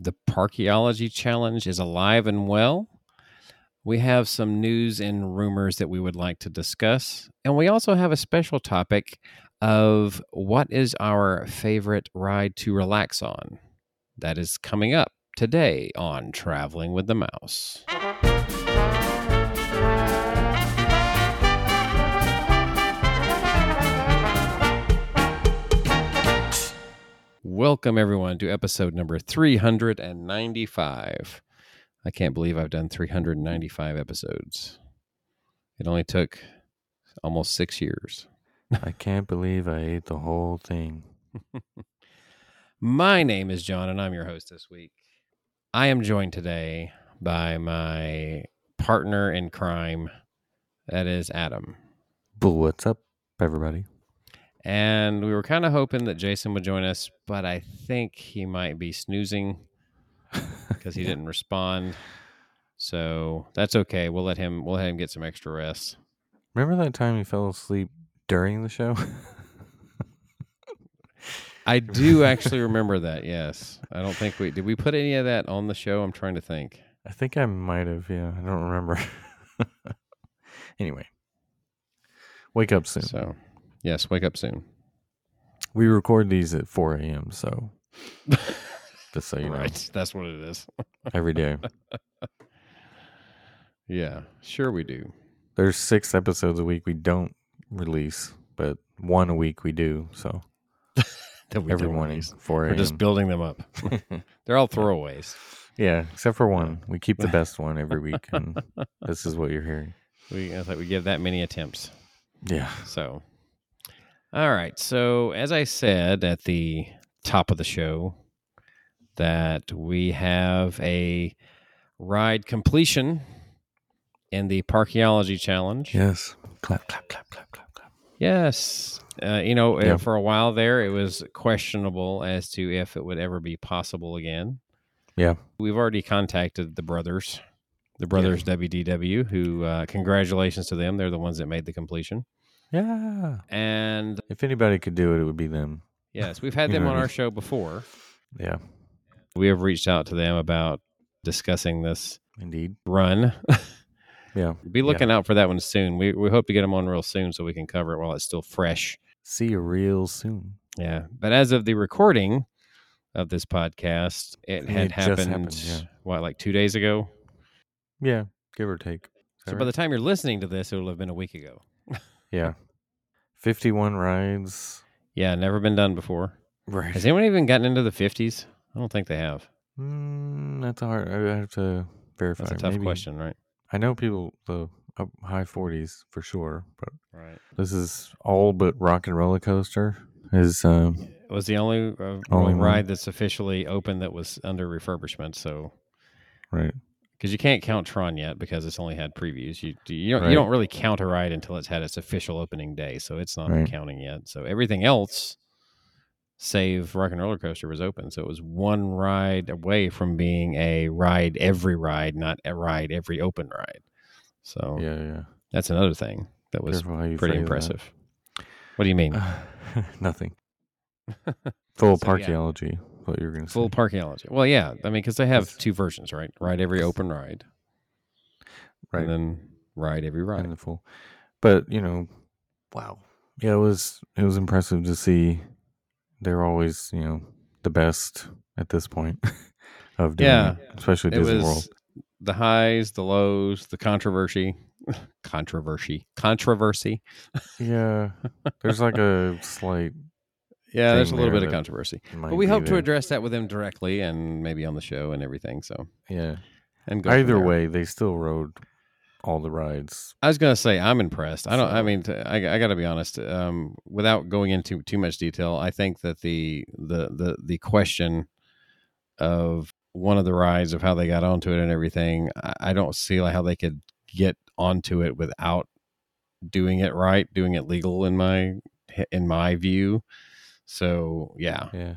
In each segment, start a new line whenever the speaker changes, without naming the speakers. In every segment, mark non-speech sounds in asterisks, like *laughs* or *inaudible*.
The Parkeology Challenge is alive and well. We have some news and rumors that we would like to discuss. And we also have a special topic of what is our favorite ride to relax on. That is coming up today on Traveling with the Mouse. Welcome, everyone, to episode number 395. I can't believe I've done 395 episodes. It only took almost six years.
I can't believe I ate the whole thing.
My name is John, and I'm your host this week. I am joined today by my partner in crime, that is Adam.
But what's up, everybody? *laughs*
And we were kind of hoping that Jason would join us, but I think he might be snoozing because he didn't respond. So that's okay. We'll let him. We'll let him get some extra rest.
Remember that time you fell asleep during the show? *laughs*
I do actually remember that. Yes, I don't think we did. We put any of that on the show. I'm trying to think.
I think I might have. Yeah, I don't remember. *laughs* anyway, wake up soon.
So, yes, wake up soon.
we record these at 4 a.m.
*laughs*
So just so you know,
right, that's what it is.
every day.
Yeah, sure we do.
There's six episodes a week we don't release, but one a week we do. So
That we
every
do
morning,
these.
4
We're
a.m.
just building them
*laughs*
up. They're all throwaways.
yeah, except for one. We *laughs* keep the best one every week, and this is what you're hearing.
We I thought we give that many attempts.
Yeah.
So, all right. So, as I said at the top of the show, that we have a ride completion in the Parkeology Challenge.
Yes. Clap, clap, clap, clap, clap, clap.
Yes. Uh, you know, uh,
Yeah.
for a while there, it was questionable as to if it would ever be possible again.
Yeah.
We've already contacted the brothers, the brothers WDW, who uh, congratulations to them. They're the ones that made the completion.
Yeah.
And
If anybody could do it, it would be them.
Yes, we've had
*laughs* You
them
know
on
what I
our
mean?
show before.
Yeah.
We have reached out to them about discussing this
Indeed.
run.
Yeah.
Be looking out for that one soon. We we hope to get them on real soon so we can cover it while it's still fresh.
See you real soon.
Yeah, but as of the recording of this podcast, it had
It just
happened,
happened, yeah.
what like two days ago.
Yeah. Give or take.
So by the time you're listening to this, it'll have been a week ago.
yeah. 51 rides.
Yeah, never been done before.
Right.
Has anyone even gotten into the fifties? I don't think they have.
Mm, that's a hard. I have to verify.
That's a tough
Maybe-
question, right?
I know people, the up high 40s for sure, but
Right.
this is all but Rock and Roller Coaster is um,
It was the only, uh,
Only one.
ride that's officially open that was under refurbishment. So
right.
because you can't count Tron yet because it's only had previews. You do- you don't,
Right.
you don't really count a ride until it's had its official opening day, so it's not
Right.
counting yet. So everything else, save Rock and Roller Coaster, was open. So it was one ride away from being a ride every ride, not a ride every open ride. So
Yeah, yeah.
that's another thing that was
Careful how you
pretty
phrase that.
impressive. What do you mean?
*laughs*
*laughs*
Nothing. Full
So, yeah.
parkeology. What you were going to say?
Full parkeology. Well, yeah, I mean because they have
Yes.
two versions, right? Ride every open ride,
Right.
And then ride every ride.
and the full. But you know, wow. Yeah, it was it was impressive to see. They're always you know the best at this point *laughs* of doing
Yeah.
it, especially
it
Disney
was *laughs*
World.
the highs, the lows, the controversy, *laughs* controversy, controversy.
Yeah, there's like a slight.
Yeah, there's a
Thing
little
there
bit of
that
controversy,
might
but we
be
hope to
there.
address that with them directly and maybe on the show and everything. So
Yeah.
and go from
Either
there.
way, they still rode all the rides.
I was gonna say I'm impressed. I don't. I
So-
mean, t- I, I got to be honest. Um, without going into too much detail, I think that the the the the question of one of the rides of how they got onto it and everything, I, I don't see like how they could get onto it without doing it right, doing it legal in my in my view. So yeah,
Yeah.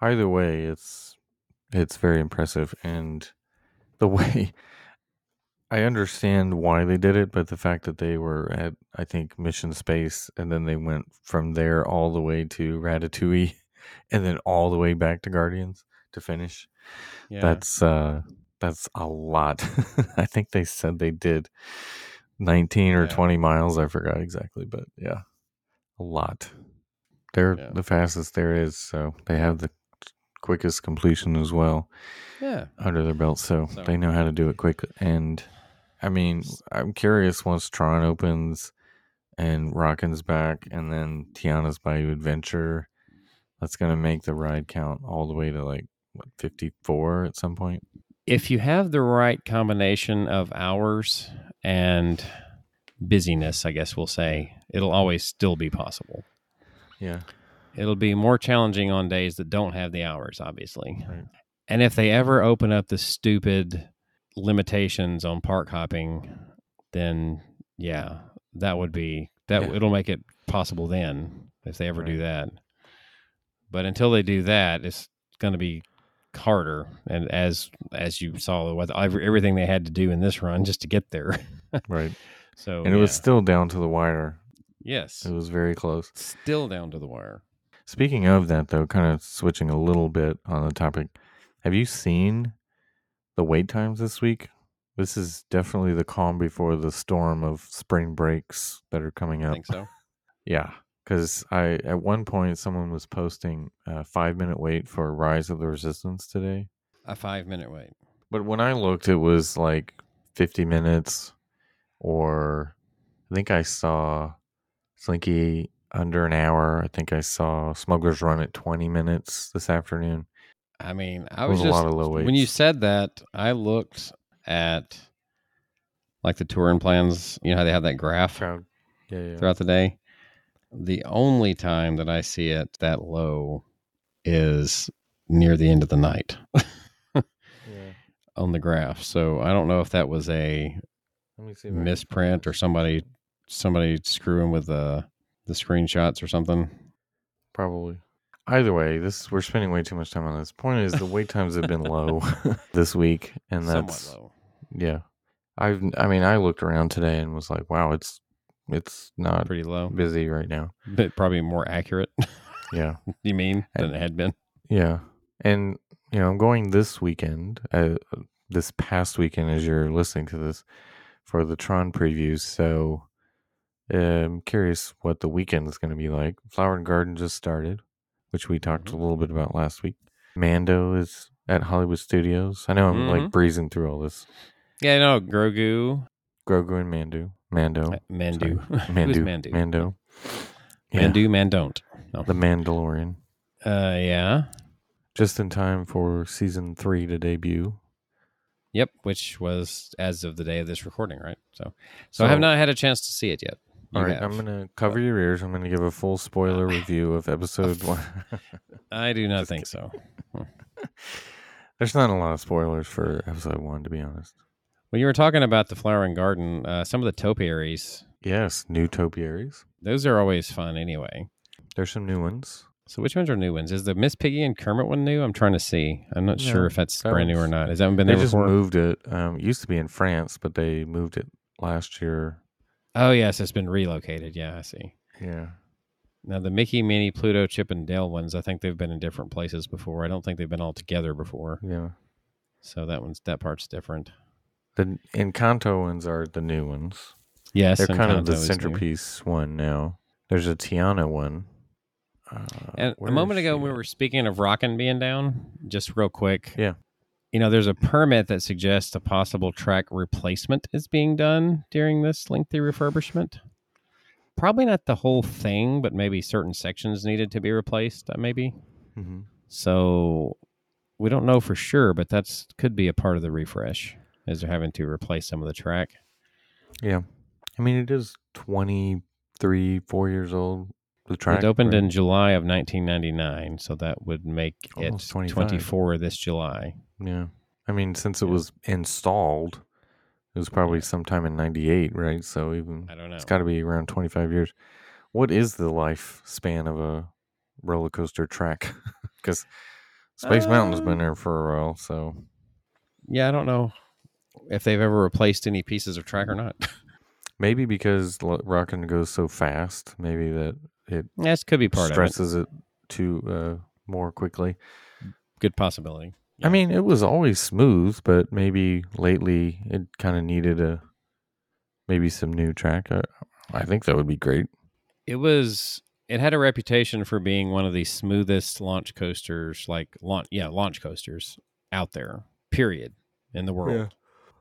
Either way, it's it's very impressive and the *laughs* way I understand why they did it, but the fact that they were at I think Mission Space and then they *laughs* went from there all the way to Ratatouille and then all the way back to Guardians to finish.
Yeah.
That's uh that's a lot. *laughs* I think they said they did 19 or
Yeah.
20 miles, I forgot exactly, but yeah. A lot. They're
Yeah.
the fastest there is, so they have the quickest completion as well
yeah.
under their belt, so,
So-
they know how to do it quick. And I mean, I'm curious once Tron opens and Rockin's back, and then Tiana's Bayou Adventure, that's gonna make the ride count all the way to like what 54 at some point.
If you have the right combination of hours and busyness, I guess we'll say, it'll always still be possible.
Yeah,
*laughs* It'll be more challenging on days that don't have the hours, obviously.
Right.
And if they ever open up the stupid limitations on park hopping, then yeah, that would be that
Yeah.
it'll make it possible then if they ever do
Right.
that. But until they do that, it's going to be harder and as as you saw with every- everything they had to do in this run just to get there. *laughs*
right.
So
and it was
Oh, yeah.
still down to the wire.
yes,
It was very close.
still down to the wire.
Speaking of that, though, kind of switching a little bit on the topic, have you seen the wait times this week? This is definitely the calm before the storm of spring breaks that are coming
I
up.
think so.
Yeah, because I at one point someone was posting a five minute wait for Rise of the Resistance today,
A 5 minute wait.
but when I looked, it was like fifty minutes, or I think I saw Slinky under an hour. I think I saw Smuggler's Run at twenty minutes this afternoon.
I mean, I
It
was,
was a
just
lot of low
when you
weights.
said that. I looked at like the touring plans. You know how they have that graph
Crowd, yeah, yeah.
throughout the day. The only time that I see it that low is near the end of the night
yeah.
on the graph. So I don't know if that was a
Let me see. if I can
misprint or somebody somebody screwing with the the screenshots or something.
Probably. Either way, this we're spending way too much time on this. Point is, the wait times have been low *laughs* this week, and that's
Somewhat low.
yeah. I've I mean, I looked around today and was like, wow, it's it's not
Pretty low,
busy right now.
but probably more accurate. *laughs*
Yeah.
you mean than it had been?
Yeah. And, you know, I'm going this weekend, uh, this past weekend, as you're listening to this, for the Tron previews. So uh, I'm curious what the weekend is going to be like. Flower and Garden just started, which we talked
Mm-hmm.
a little bit about last week. Mando is at Hollywood Studios. I know I'm
Mm-hmm.
like breezing through all this.
Yeah, no, Grogu,
Grogu and Mando. Mando.
Uh, Mandu. *laughs* Who's
Mando.
Mandu?
Mando. Yeah,
Mandu, man don't.
The Mandalorian.
Uh, yeah.
Just in time for season three to debut.
Yep. Which was as of the day of this recording, right? So, so, I have
So-
not had a chance to see it yet. You
All right,
have.
I'm gonna cover your ears. I'm gonna give a
*laughs*
full spoiler review of episode one. *laughs*
I do not
Just
think so.
There's not a lot of spoilers for episode one, to be honest.
When you were talking about the flower and garden, uh, some of the topiaries,
Yes, new topiaries.
those are always fun anyway.
There's some new ones.
So which ones are new ones? Is the Miss Piggy and Kermit one new? I'm trying to see. I'm not
No,
sure if that's
that
brand new or
one's-
not. Has that one been
they
there
just
before?
moved it. Um, it used to be in France, but they moved it last year.
Oh yes, it's been relocated. Yeah, I see.
Yeah,
Now the Mickey, Minnie, Pluto, Chip, and Dale ones, I think they've been in different places before. I don't think they've been all together before.
yeah.
So that one's that part's different.
The Encanto ones are the new ones.
Yes,
They're
and
kind of
Kanto
the
is new.
centerpiece one now. There's a Tiana one. Uh,
And
where
a moment
is
ago,
she
we
at?
were speaking of Rockin' being down. Just real quick,
Yeah.
You know, there's a permit that suggests a possible track replacement is being done during this lengthy refurbishment. Probably not the whole thing, but maybe certain sections needed to be replaced. uh, Maybe
Mhm.
so. We don't know for sure, but that's could be a part of the refresh, as they're having to replace some of the track.
I mean, it is 23, four years old. The track
it opened
right?
in July of 1999, so that would make
Almost
it
25.
24 this July.
Yeah. I mean, since it
Yeah.
was installed, it was probably
Yeah.
sometime in 98, right? So even
I don't know.
it's got to be around 25 years. What is the lifespan of a roller coaster track? *laughs* Because Space Mountain's
Um,
been there for a while. So
Yeah, I don't know if they've ever replaced any pieces of track or not. *laughs*
maybe because L- Rockin' goes so fast, maybe that
That could be part
stresses it, to uh, more quickly.
of it. good possibility.
I mean, it was always smooth, but maybe lately it kind of needed a maybe some new track. I, I think that would be great.
it was it had a reputation for being one of the smoothest launch coasters, like launch yeah launch coasters out there. Period in the world.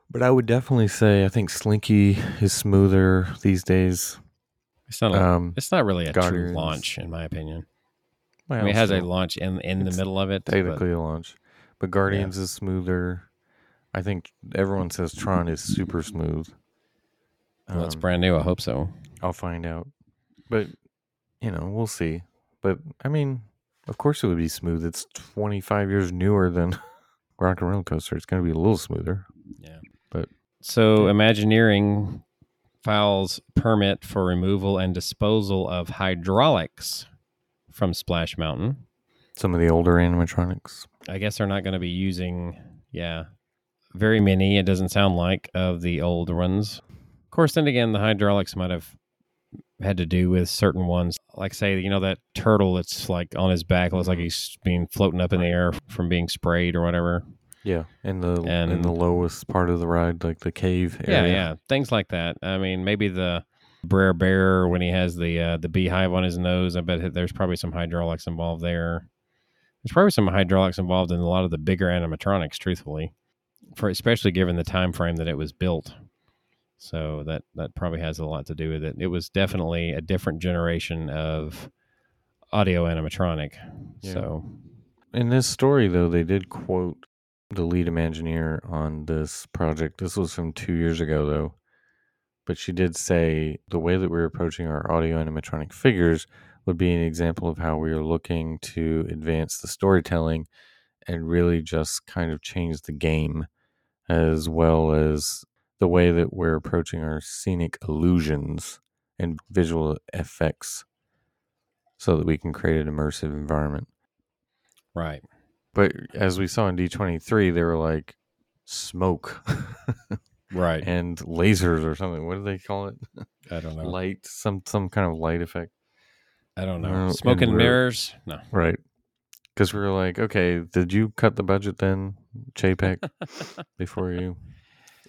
But I would definitely say I think Slinky is smoother these days.
It's not a,
Um,
it's not really a true
Guardians.
launch in my opinion.
well,
I mean, it has a
still
launch in in the
It's
middle of it. but-
technically a launch, but Guardians is smoother. I think everyone says Tron is super smooth.
Well, it's
Um,
brand new. I hope so.
I'll find out. But you know, we'll see. But I mean, of course it would be smooth. It's 25 years newer than *laughs* Rock and Roller Coaster. It's going to be a little smoother.
So, Imagineering files permit for removal and disposal of hydraulics from Splash Mountain.
Some of the older animatronics.
I guess they're not going to be using, yeah, very many, it doesn't sound like, of the old ones. Of course, then again, the hydraulics might have had to do with certain ones. Like, say, you know, that turtle that's like on his back looks like he's being floating up in the air from being sprayed or whatever.
Yeah, in the in
And-
the lowest part of the ride, like the cave
yeah,
area.
yeah, things like that. I mean, maybe the Brer Bear when he has the uh, the beehive on his nose. I bet there's probably some hydraulics involved there. There's probably some hydraulics involved in a lot of the bigger animatronics, truthfully, for especially given the time frame that it was built. So that that probably has a lot to do with it. It was definitely a different generation of audio animatronic.
Yeah.
So
In this story, though, they did quote the lead Imagineer on this project. This was from two years ago, though. But she did say the way that we're approaching our audio animatronic figures would be an example of how we are looking to advance the storytelling and really just kind of change the game, as well as the way that we're approaching our scenic illusions and visual effects so that we can create an immersive environment.
right,
But as we saw in D23, they were like smoke
right.
*laughs* and lasers or something. What do they call it?
I don't know.
Light, some some kind of light effect.
I don't
Uh,
know.
and
Smoke and
we're-
mirrors. No.
Right. Cuz we were like, okay, did you cut the budget then,
*laughs*
JPEG, before you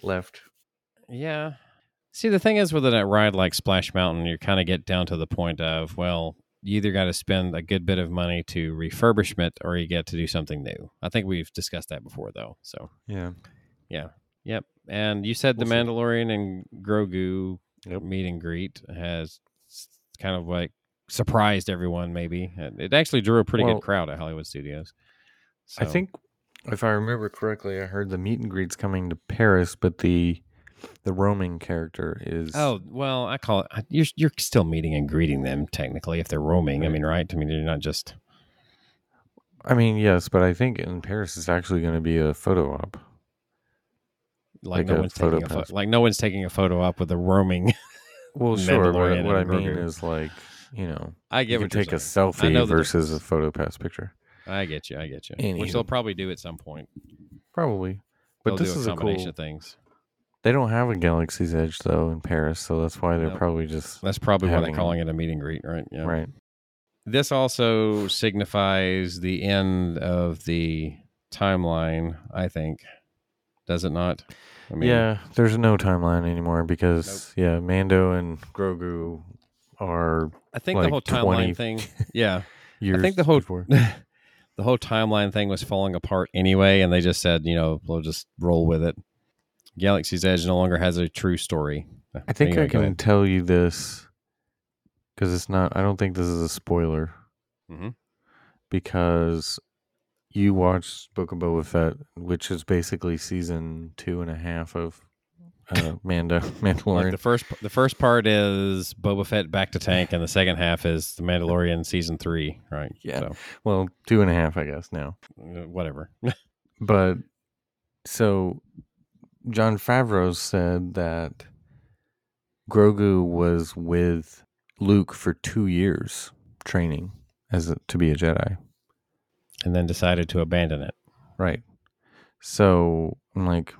left?
Yeah. See, the thing is with a ride like Splash Mountain, you kind of get down to the point of, well, you either got to spend a good bit of money to refurbishment or you get to do something new. I think we've discussed that before, though. So,
Yeah.
yep. And you said
We'll
the
see.
Mandalorian and Grogu
Yep.
meet and greet has s- kind of like surprised everyone, maybe. It it actually drew a pretty
Well-
good crowd at Hollywood Studios.
I
So-
think if I remember correctly, I heard the meet and greets coming to Paris, but the the roaming character is
Oh well, I call it. You're you're still meeting and greeting them technically if they're roaming. I
Right.
mean, right? I mean, you're not just
I mean, yes, but I think in Paris it's actually going to be a photo op.
like,
Like
no
a
one's
photo
taking a
pass.
photo, like no one's taking a photo op with a roaming. *laughs*
Well, sure. But
Mandalorian
what I
and
mean
Grogu.
is like, you know,
I
you
get
can
what
take a
you're saying. I know
selfie
the
versus a photo pass picture.
I get you. I get you.
Anywho.
Which they'll probably do at some point.
Probably.
they'll
But this
do a
is a
combination
cool.
of things.
They don't have a Galaxy's Edge though in Paris, so that's why they're
Nope.
probably just
That's probably why they're
Having-
calling it a meet and greet, right? Yeah.
right.
This also signifies the end of the timeline. I think, does it not? I
yeah, there's no timeline anymore because yeah, Mando and Grogu are
I think the
Like
whole
20
timeline
*laughs*
thing. Yeah.
years.
think the whole-
before.
the whole timeline thing was falling apart anyway, and they just said, you know, we'll just roll with it. Galaxy's Edge no longer has a true story.
I think
Anyway,
I
go
can
ahead.
tell you this because it's not. I don't think this is a spoiler
Mhm.
because you watched Book of Boba Fett, which is basically season two and a half of uh, Mando Mandalorian.
Like the first, the first part is Boba Fett back to tank, and the second half is the Mandalorian season three, right?
Yeah.
So,
well, two and a half, I guess now.
uh, whatever.
But so John Favreau said that Grogu was with Luke for two years training as a, to be a Jedi.
and then decided to abandon it.
Right. So I'm like,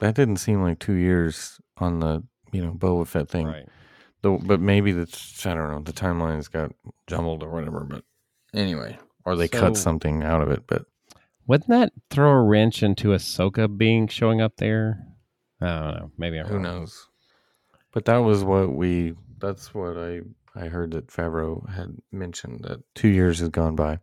that didn't seem like two years on the you know Boba Fett thing.
Right.
Though, but maybe that's I don't know. The timelines got jumbled or whatever. But anyway, or they cut
So-
something out of it. But
Wouldn't that throw a wrench into Ahsoka being showing up there? I don't know. Maybe I'm
Who
wrong.
knows? But that was what we. That's what I. I heard that Favreau had mentioned that two years has gone by.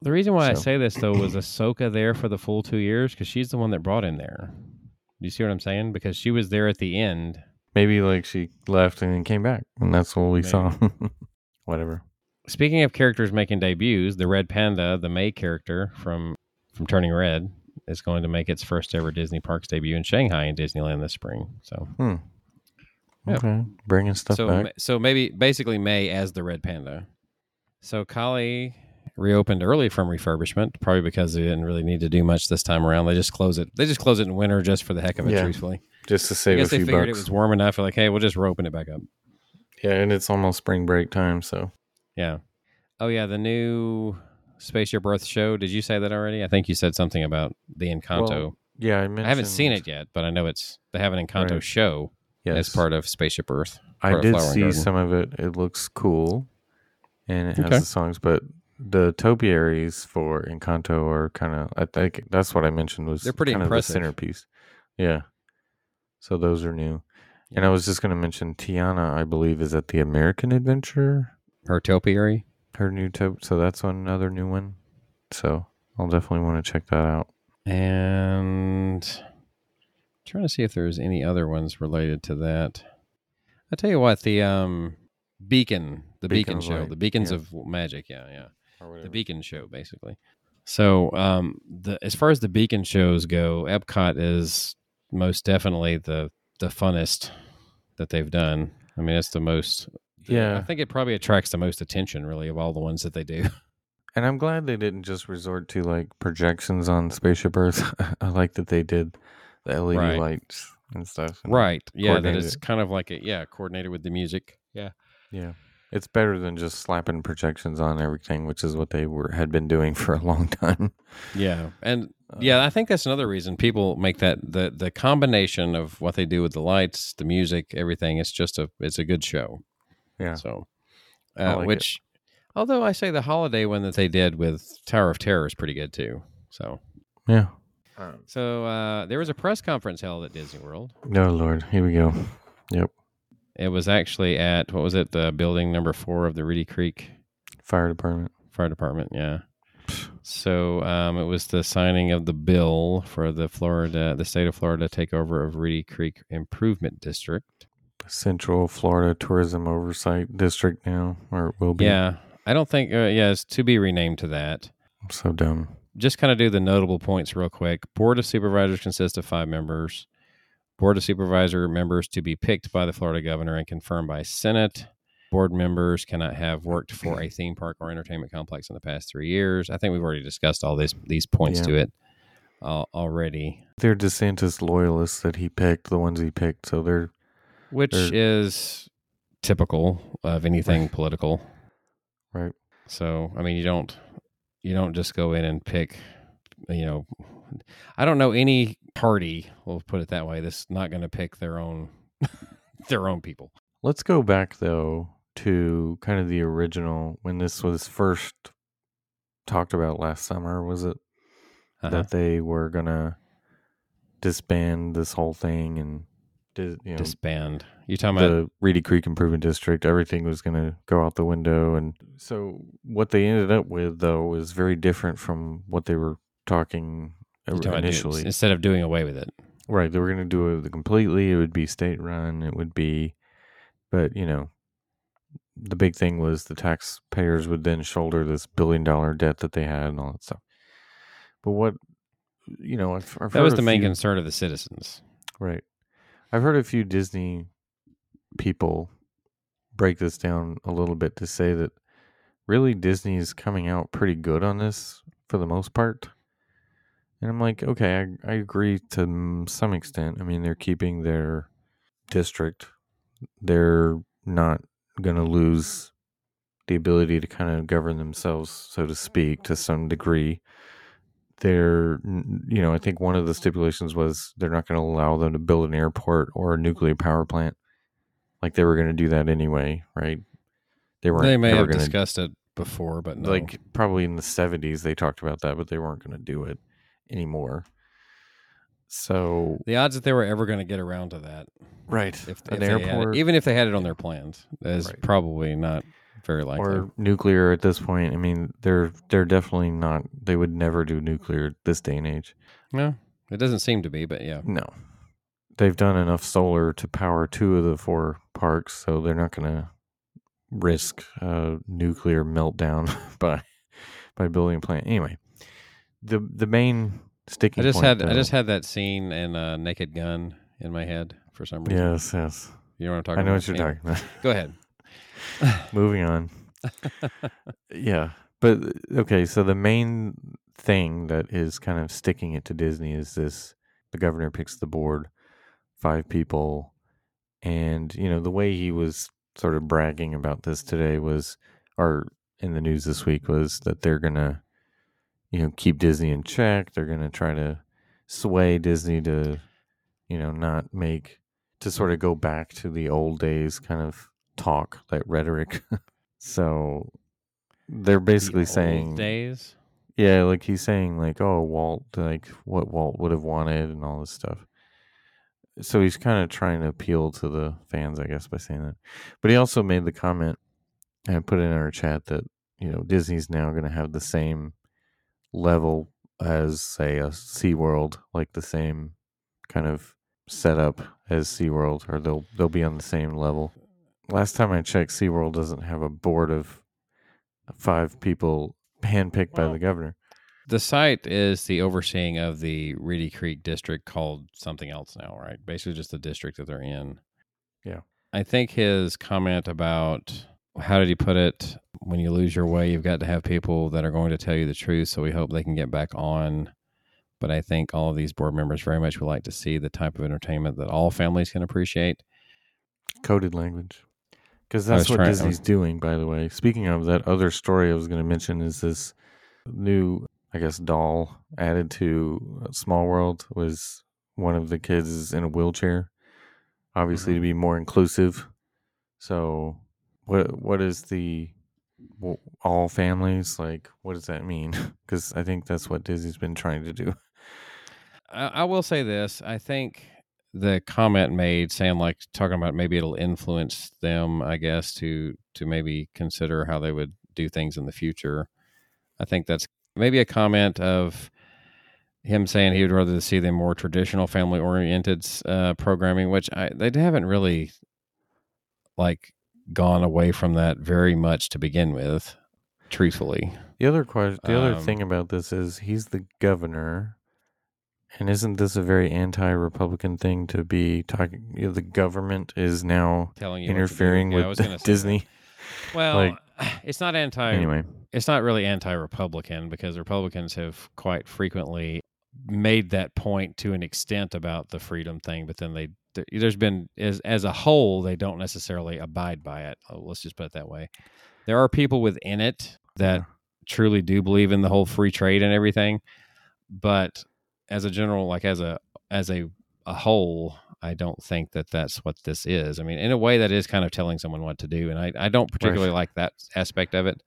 The reason why I
So-
say this though was Ahsoka there for the full two years because she's the one that brought him there. Do you see what I'm saying? Because she was there at the end.
Maybe like she left and then came back, and that's what we
Maybe.
saw. *laughs* Whatever.
Speaking of characters making debuts, the Red Panda, the May character from from Turning Red, is going to make its first ever Disney Parks debut in Shanghai in Disneyland this spring. So, Yeah.
Okay, bringing stuff
so,
back.
ma- so maybe basically May as the Red Panda. So Kali reopened early from refurbishment, probably because they didn't really need to do much this time around. They just close it. They just close it in winter just for the heck of it.
Yeah.
Truthfully,
just to
I
save a
guess they
few
figured
bucks.
it was warm enough. Like, hey, we'll just reopen it back up.
yeah, and it's almost spring break time, so
Yeah. Oh yeah, the new Spaceship Earth show. Did you say that already? I think you said something about the Encanto.
Well, yeah, I mentioned
Oh, I haven't seen it yet, but I know it's they have an Encanto
Right.
show
Yes,
as part of Spaceship Earth.
I
part of
did
Flower and
see
Garden.
some of it. It looks cool, and it has
Okay.
the songs, but the topiaries for Encanto are kind of. I think that's what I mentioned was
They're pretty
kind
impressive.
Of the centerpiece. Yeah, so those are new. And I was just going to mention Tiana. I believe is at the American Adventure.
Her topiary.
Her new tote, so that's another new one. So I'll definitely want to check that out.
And trying to see if there's any other ones related to that. I tell you what, the um Beacon, the Beacon,
Beacon of
show,
Light,
the Beacons
yeah.
of Magic, yeah, yeah.
Or
the
whatever.
Beacon Show, basically. So, um, the as far as the Beacon shows go, Epcot is most definitely the the funnest that they've done. I mean, it's the most.
yeah,
I think it probably attracts the most attention, really, of all the ones that they do.
And I'm glad they didn't just resort to like projections on Spaceship Earth. *laughs* I like that they did the LED
Right.
lights and stuff. and-
right? *laughs* Yeah, that
Coordinated.
it's kind of like a yeah, coordinated with the music. Yeah,
Yeah. It's better than just slapping projections on everything, which is what they were had been doing for a long *laughs* time.
yeah, and yeah, I think that's another reason people make that the the combination of what they do with the lights, the music, everything. It's just a it's a good show.
Yeah.
So,
I
uh,
like it.
which, although I say the holiday one that they did with Tower of Terror is pretty good too. So,
Yeah.
so uh, there was a press conference held at Disney World.
No, Lord. Here we go. Yep.
It was actually at what was it, the building number four of the Reedy Creek
Fire department.
Fire Department?
*sighs*
Yeah. So um, it was the signing of the bill for the Florida, the state of Florida takeover of Reedy Creek Improvement District.
Central Florida Tourism Oversight District now, or it will be.
Yeah, I don't think. Uh, yeah, it's to be renamed to that.
I'm so dumb.
just kind of do the notable points real quick. Board of Supervisors consists of five members. Board of Supervisor members to be picked by the Florida governor and confirmed by Senate. Board members cannot have worked for a theme park or entertainment complex in the past three years. I think we've already discussed all these these points
Yeah.
to it uh, already,
They're DeSantis loyalists that he picked, the ones he picked. So they're
which
Or-
is typical of anything political.
Right.
So I mean, you don't you don't just go in and pick. You know, I don't know any party. We'll put it that way. That's not going to pick their own *laughs* their own people.
Let's go back though to kind of the original when this was first talked about last summer. Was it
Uh-huh.
that they were gonna disband this whole thing and dis- you know,
Disband. You talking about?
the Reedy Creek Improvement District? Everything was gonna go out the window, and so what they ended up with though was very different from what they were talking
you talking about
initially.
dudes, instead of doing away with it.
Right. They were going to do it completely. It would be state run. It would be, but you know, the big thing was the taxpayers would then shoulder this billion dollar debt that they had and all that stuff. But what, you know, I've, I've
That
heard
was
a
the main
few-
concern of the citizens.
Right. I've heard a few Disney people break this down a little bit to say that really Disney is coming out pretty good on this for the most part. And I'm like, okay, I, I agree to m- some extent. I mean, they're keeping their district, they're not going to lose the ability to kind of govern themselves, so to speak, to some degree they're n- you know i think one of the stipulations was they're not going to allow them to build an airport or a nuclear power plant like they were going to do that anyway right they weren't
They may
were
have
gonna-
discussed it before, but no.
like probably in the 70s they talked about that but they weren't going to do it anymore. So
The odds that they were ever going to get around to that,
right,
if, if
an
they had it-
airport
even if they had it on their plans, is
Right.
probably not very likely.
or nuclear at this point. I mean, they're they're definitely not. They would never do nuclear this day and age.
no, it doesn't seem to be, but yeah.
No, they've done enough solar to power two of the four parks, so they're not going to risk a nuclear meltdown *laughs* by by building a plant. Anyway, the the main sticking.
I just
point,
had I
though-
just had that scene in uh, Naked Gun in my head for some reason.
yes yes.
You know what I'm talking
I
about?
know what you're
Yeah.
talking about. *laughs*
Go ahead.
Moving on. yeah. But uh, okay, so the main thing that is kind of sticking it to Disney is this the governor picks the board, five people, and you know, the way he was sort of bragging about this today was or in the news this week was that they're going to you know, keep Disney in check, they're going to try to sway Disney to you know, not make to sort of go back to the old days kind of talk, that rhetoric. *laughs* so they're
The
*sighs* basically
old
saying,
days.
yeah, like he's saying, like, oh, Walt, like what Walt would have wanted and all this stuff. So he's kind of trying to appeal to the fans, I guess, by saying that. But he also made the comment and I put it in our chat that, you know, Disney's now going to have the same level as, say, a SeaWorld, like the same kind of setup as SeaWorld, or they'll they'll be on the same level. Last time I checked, SeaWorld doesn't have a board of five people handpicked by
Well,
the governor.
The site is the overseeing of the Reedy Creek district called something else now, right? Basically, just the district that they're in.
Yeah.
I think his comment about how did he put it? When you lose your way, you've got to have people that are going to tell you the truth. So we hope they can get back on. But I think all of these board members very much would like to see the type of entertainment that all families can appreciate.
coded language because
I was
that's what
trying- I
disney's
was-
doing by the way speaking of that other story i was going to mention is this new i guess doll added to uh, small world was one of the kids is in a wheelchair obviously to be more inclusive so what what is the w- all families like what does that mean *laughs* because i think that's what disney's been trying to do
I, I will say this. I think the comment made saying like talking about maybe it'll influence them, I guess, to to maybe consider how they would do things in the future. I think that's maybe a comment of him saying he would rather see the more traditional family oriented uh, programming, which I, they haven't really like gone away from that very much to begin with, truthfully.
The other question, the other
Um,
thing about this is he's the governor, and isn't this a very anti-Republican thing to be talking? You know, the government is now
Telling you what to do.
interfering
Yeah, I was
*laughs* with
gonna say that.
Disney.
Well, *sighs*
Like-
it's not anti
Anyway,
it's not really anti-republican because republicans have quite frequently made that point to an extent about the freedom thing but then they th- there's been as as a whole they don't necessarily abide by it Uh, let's just put it that way there are people within it that
Yeah.
truly do believe in the whole free trade and everything but as a general like as a as a a whole i don't think that that's what this is i mean in a way that is kind of telling someone what to do and i, I don't particularly like that aspect of it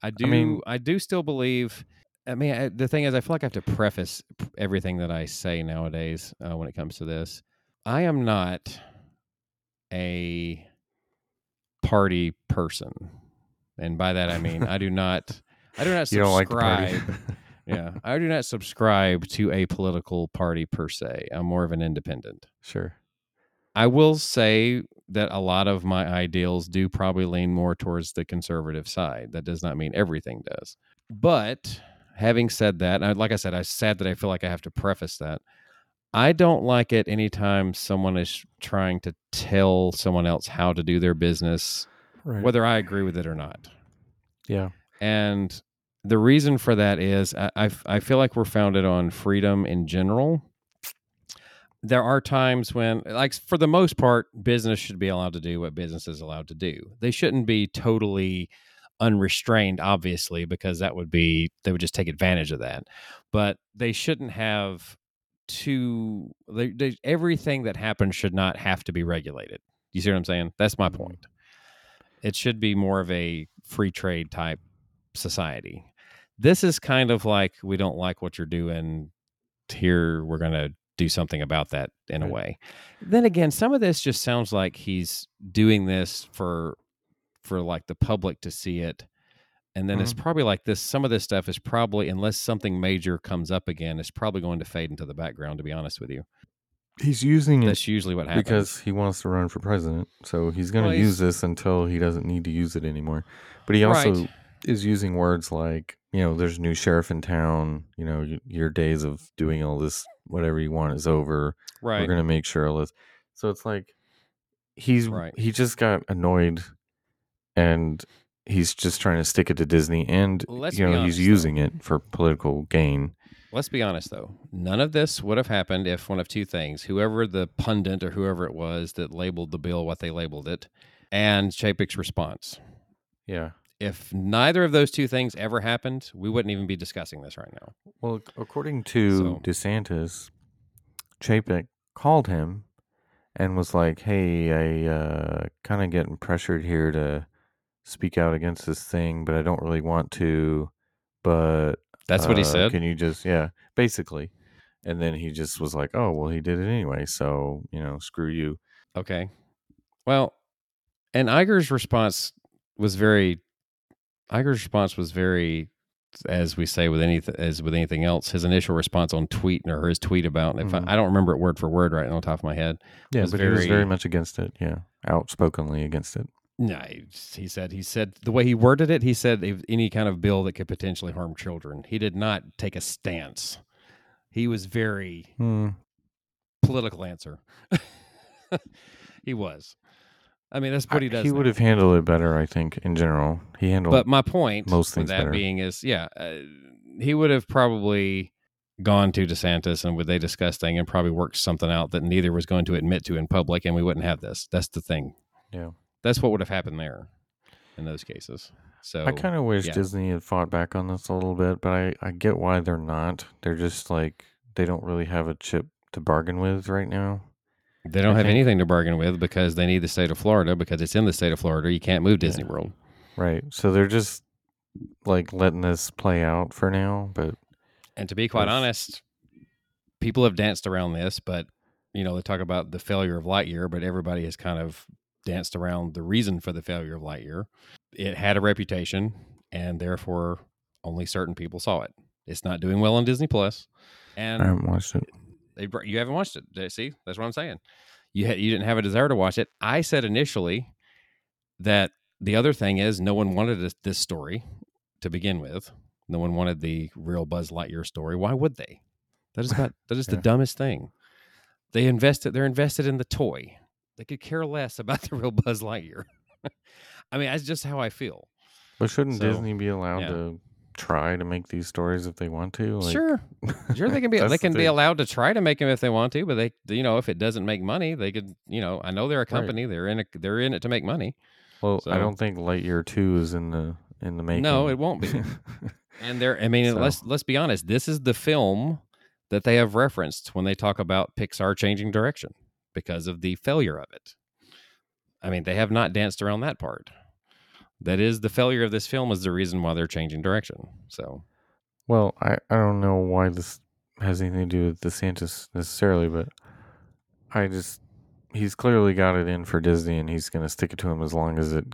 I do. I,
mean-
do still believe. I mean, I, the thing is, I feel like I have to preface p- everything that I say nowadays uh, when it comes to this. I am not a party person, and by that I mean I
*laughs*
do not. I do not
you don't like the
subscribe.
party.
yeah, I do not subscribe to a political party per se. I'm more of an independent.
*laughs* sure.
I will say that a lot of my ideals do probably lean more towards the conservative side. That does not mean everything does. But having said that, I, like I said, I'm sad that I feel like I have to preface that. I don't like it anytime someone is trying to tell someone else how to do their business,
Right.
whether I agree with it or not.
yeah.
And the reason for that is I, I, f- I feel like we're founded on freedom in general. There are times when, like, for the most part, business should be allowed to do what business is allowed to do. They shouldn't be totally unrestrained, obviously, because that would be, they would just take advantage of that. But they shouldn't have to, they, they, everything that happens should not have to be regulated. You see what I'm saying? That's my point. It should be more of a free trade type society. This is kind of like we don't like what you're doing. here we're going to do something about that in a
Right.
way. Then again, some of this just sounds like he's doing this for for like the public to see it. And then it's
Mhm.
probably like this some of this stuff is probably unless something major comes up again, it's probably going to fade into the background to be honest with you.
He's using it
That's usually what happens.
Hmm. because he wants to run for president. So he's going to
Well, he's-
use this until he doesn't need to use it anymore. But he also
Right.
is using words like, you know, there's a new sheriff in town. You know, y- your days of doing all this, whatever you want, is over. We're
right.
going to make sure all this. So it's like he's
Right.
he just got annoyed, and he's just trying to stick it to Disney, and
Let's
you
be
know
honest,
he's
though.
using it for political gain.
Let's be honest though. None of this would have happened if one of two things, whoever the pundit or whoever it was that labeled the bill what they labeled it and Chapek's response.
Yeah.
if neither of those two things ever happened, we wouldn't even be discussing this right now.
Well, ac- according to
So-
DeSantis, Chapek called him and was like, "Hey, I uh, kind of getting pressured here to speak out against this thing, but I don't really want to. But
That's what he
uh,
said.
Can you just yeah, basically." And then he just was like, "Oh, well, he did it anyway, so you know, screw you."
okay. Well, and Iger's response was very Iger's response was very as we say with any as with anything else, his initial response on tweet or his tweet about if
Mhm.
I, I don't remember it word for word right on top of my head.
Yeah,
Was
but he was
very-
very much against it. Yeah, outspokenly against it.
No, he he said he said the way he worded it, he said if any kind of bill that could potentially harm children. He did not take a stance. He was very
Hmm.
political answer. *laughs* he was. I mean, that's what he
I-
does.
He would
now.
have handled it better, I think. In general, he handled.
But my point,
most
with
things
that
better.
being is, yeah, uh, he would have probably gone to DeSantis and would they discuss thing and probably worked something out that neither was going to admit to in public, and we wouldn't have this. That's the thing.
yeah.
That's what would have happened there in those cases. So
I kind of wish
yeah.
Disney had fought back on this a little bit, but I, I get why they're not. They're just like, they don't really have a chip to bargain with right now.
they don't
I
have
think-
anything to bargain with because they need the state of Florida because it's in the state of Florida. You can't move Disney
Yeah.
World.
Right. So they're just like letting this play out for now. But
And to be quite
Yes.
honest, people have danced around this, but you know, they talk about the failure of Lightyear, but everybody has kind of danced around the reason for the failure of Lightyear. It had a reputation, and therefore only certain people saw it. It's not doing well on Disney Plus,
I
and
haven't watched it.
they br- you haven't watched it. Th- See, that's what I'm saying. You had you didn't have a desire to watch it. I said initially that the other thing is no one wanted this, this story to begin with. No one wanted the real Buzz Lightyear story. Why would they? That is
*laughs*
about that is the
Yeah.
dumbest thing. They invested. They're invested in the toy. They could care less *laughs* about the real Buzz Lightyear. I mean, that's just how I feel.
But shouldn't
So,
Disney be allowed
yeah.
to try to make these stories if they want to? Like,
sure, Sure, they can be.
*laughs* That's
they
the
can be
thing.
allowed to try to make them if they want to, but they, you know, if it doesn't make money, they could, you know, I know they're a company. They're in. A, they're in it to make money.
Well,
So-
I don't think Lightyear 2 is in the in the making.
No, it won't be.
*laughs*
And they're. I mean,
So-
let's let's be honest. This is the film that they have referenced when they talk about Pixar changing direction because of the failure of it. I mean, they have not danced around that part. That is the failure of this film is the reason why they're changing direction. So
Well, I, I don't know why this has anything to do with DeSantis necessarily, but I just he's clearly got it in for Disney and he's gonna stick it to him as long as it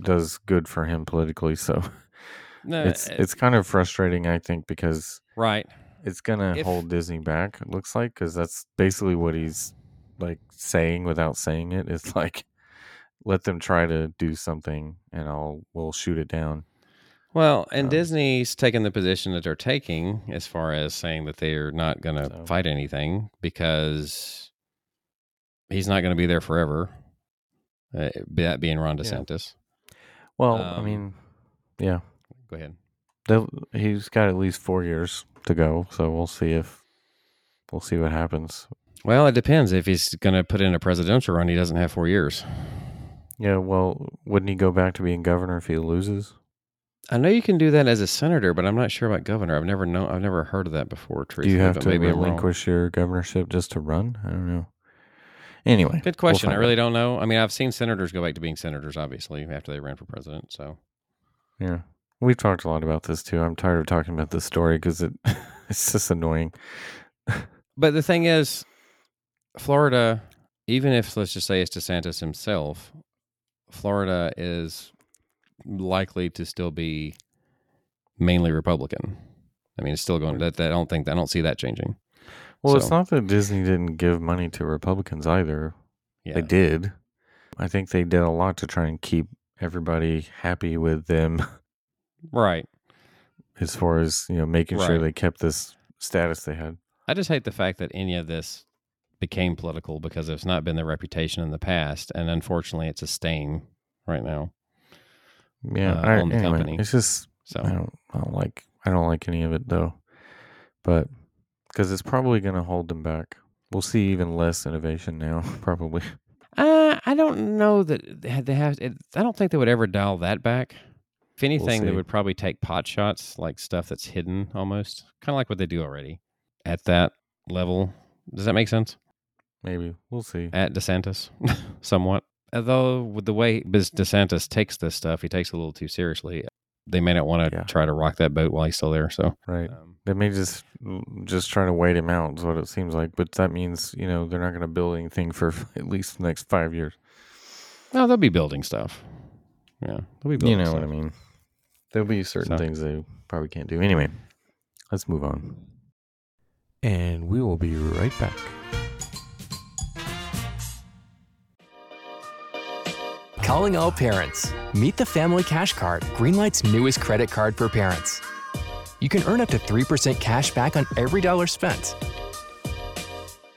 does good for him politically.
*laughs*
So
no,
it's
eh,
it's kind of frustrating, I think, because
right.
it's gonna
If-
hold Disney back. It looks like because that's basically what he's like saying without saying it. It's like let them try to do something and I'll we'll shoot it down.
Well, and
Um,
Disney's taken the position that they're taking as far as saying that they're not going to
So-
fight anything because he's not going to be there forever. Uh, that being Ron
Yeah.
DeSantis.
Well, I
Um,
mean, yeah.
Go ahead.
They'll, he's got at least four years to go, so we'll see if we'll see what happens.
Well, it depends. If he's going to put in a presidential run, he doesn't have four years.
Yeah, well, wouldn't he go back to being governor if he loses?
I know you can do that as a senator, but I'm not sure about governor. I've never known. I've never heard of that before.
Do you
truthfully,
have
but
to
maybe I'm wrong.
relinquish your governorship just to run? I don't know. Anyway,
Good question. I
find
really don't know. I mean, I've seen senators go back to being senators, obviously, after they ran for president. So
yeah, *laughs* we've talked a lot about this too. I'm tired of talking about this story because it it's just annoying.
But the thing is, Florida, even if let's just say it's DeSantis himself, Florida is likely to still be mainly Republican. I mean, it's still going. That, that I don't think I don't see that changing.
Well, it's
So-
not that Disney didn't give money to Republicans either.
Yeah,
They did. I think they did a lot to try and keep everybody happy with them
right.
as far as, you know, making sure
Right.
they kept this status they had.
I just hate the fact that any of this became political because it's not been the reputation in the past, and unfortunately, it's a stain right now.
Yeah.
Uh,
I,
on the
anyway,
company. Oh.
It's just
So
I don't I don't like I don't like any of it though. But cuz it's probably going to hold them back. We'll see even less innovation now *laughs* probably.
Uh, I don't know that they have. They have it, I don't think they would ever dial that back. If anything, they
see.
would probably take pot shots, like stuff that's hidden almost, kind of like what they do already at that level. Does that make sense?
Maybe. We'll see.
At DeSantis, *laughs* somewhat. Although with the way Biz- DeSantis takes this stuff, he takes it a little too seriously. They may not want to
Yeah.
try to rock that boat while he's still there. So,
Right.
um,
They may just just try to wait him out. Is what it seems like. But that means you know they're not going to build anything for *laughs* at least the next five years.
no, they'll be building stuff. Yeah, they'll be
you
building.
know
stuff.
what I mean? There'll be certain
So-
things they probably can't do. Anyway, let's move on. And we will be right back.
Calling all parents. Meet the Family Cash Card, Greenlight's newest credit card for parents. You can earn up to 3% cash back on every dollar spent.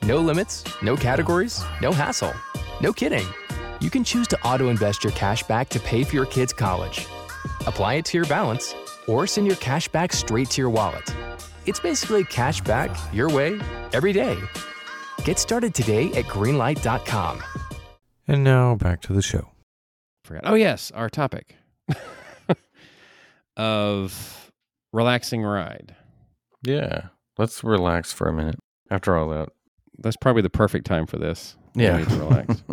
No limits, no categories, no hassle. No kidding. You can choose to auto invest your cash back to pay for your kids' college. Apply it to your balance or send your cash back straight to your wallet. It's basically cash back your way every day. Get started today at greenlight.com.
And now back to the show.
forgot. Oh yes, our topic *laughs* of relaxing ride.
Yeah, let's relax for a minute. After all that,
That's probably the perfect time for this. We need to
*laughs*
relax.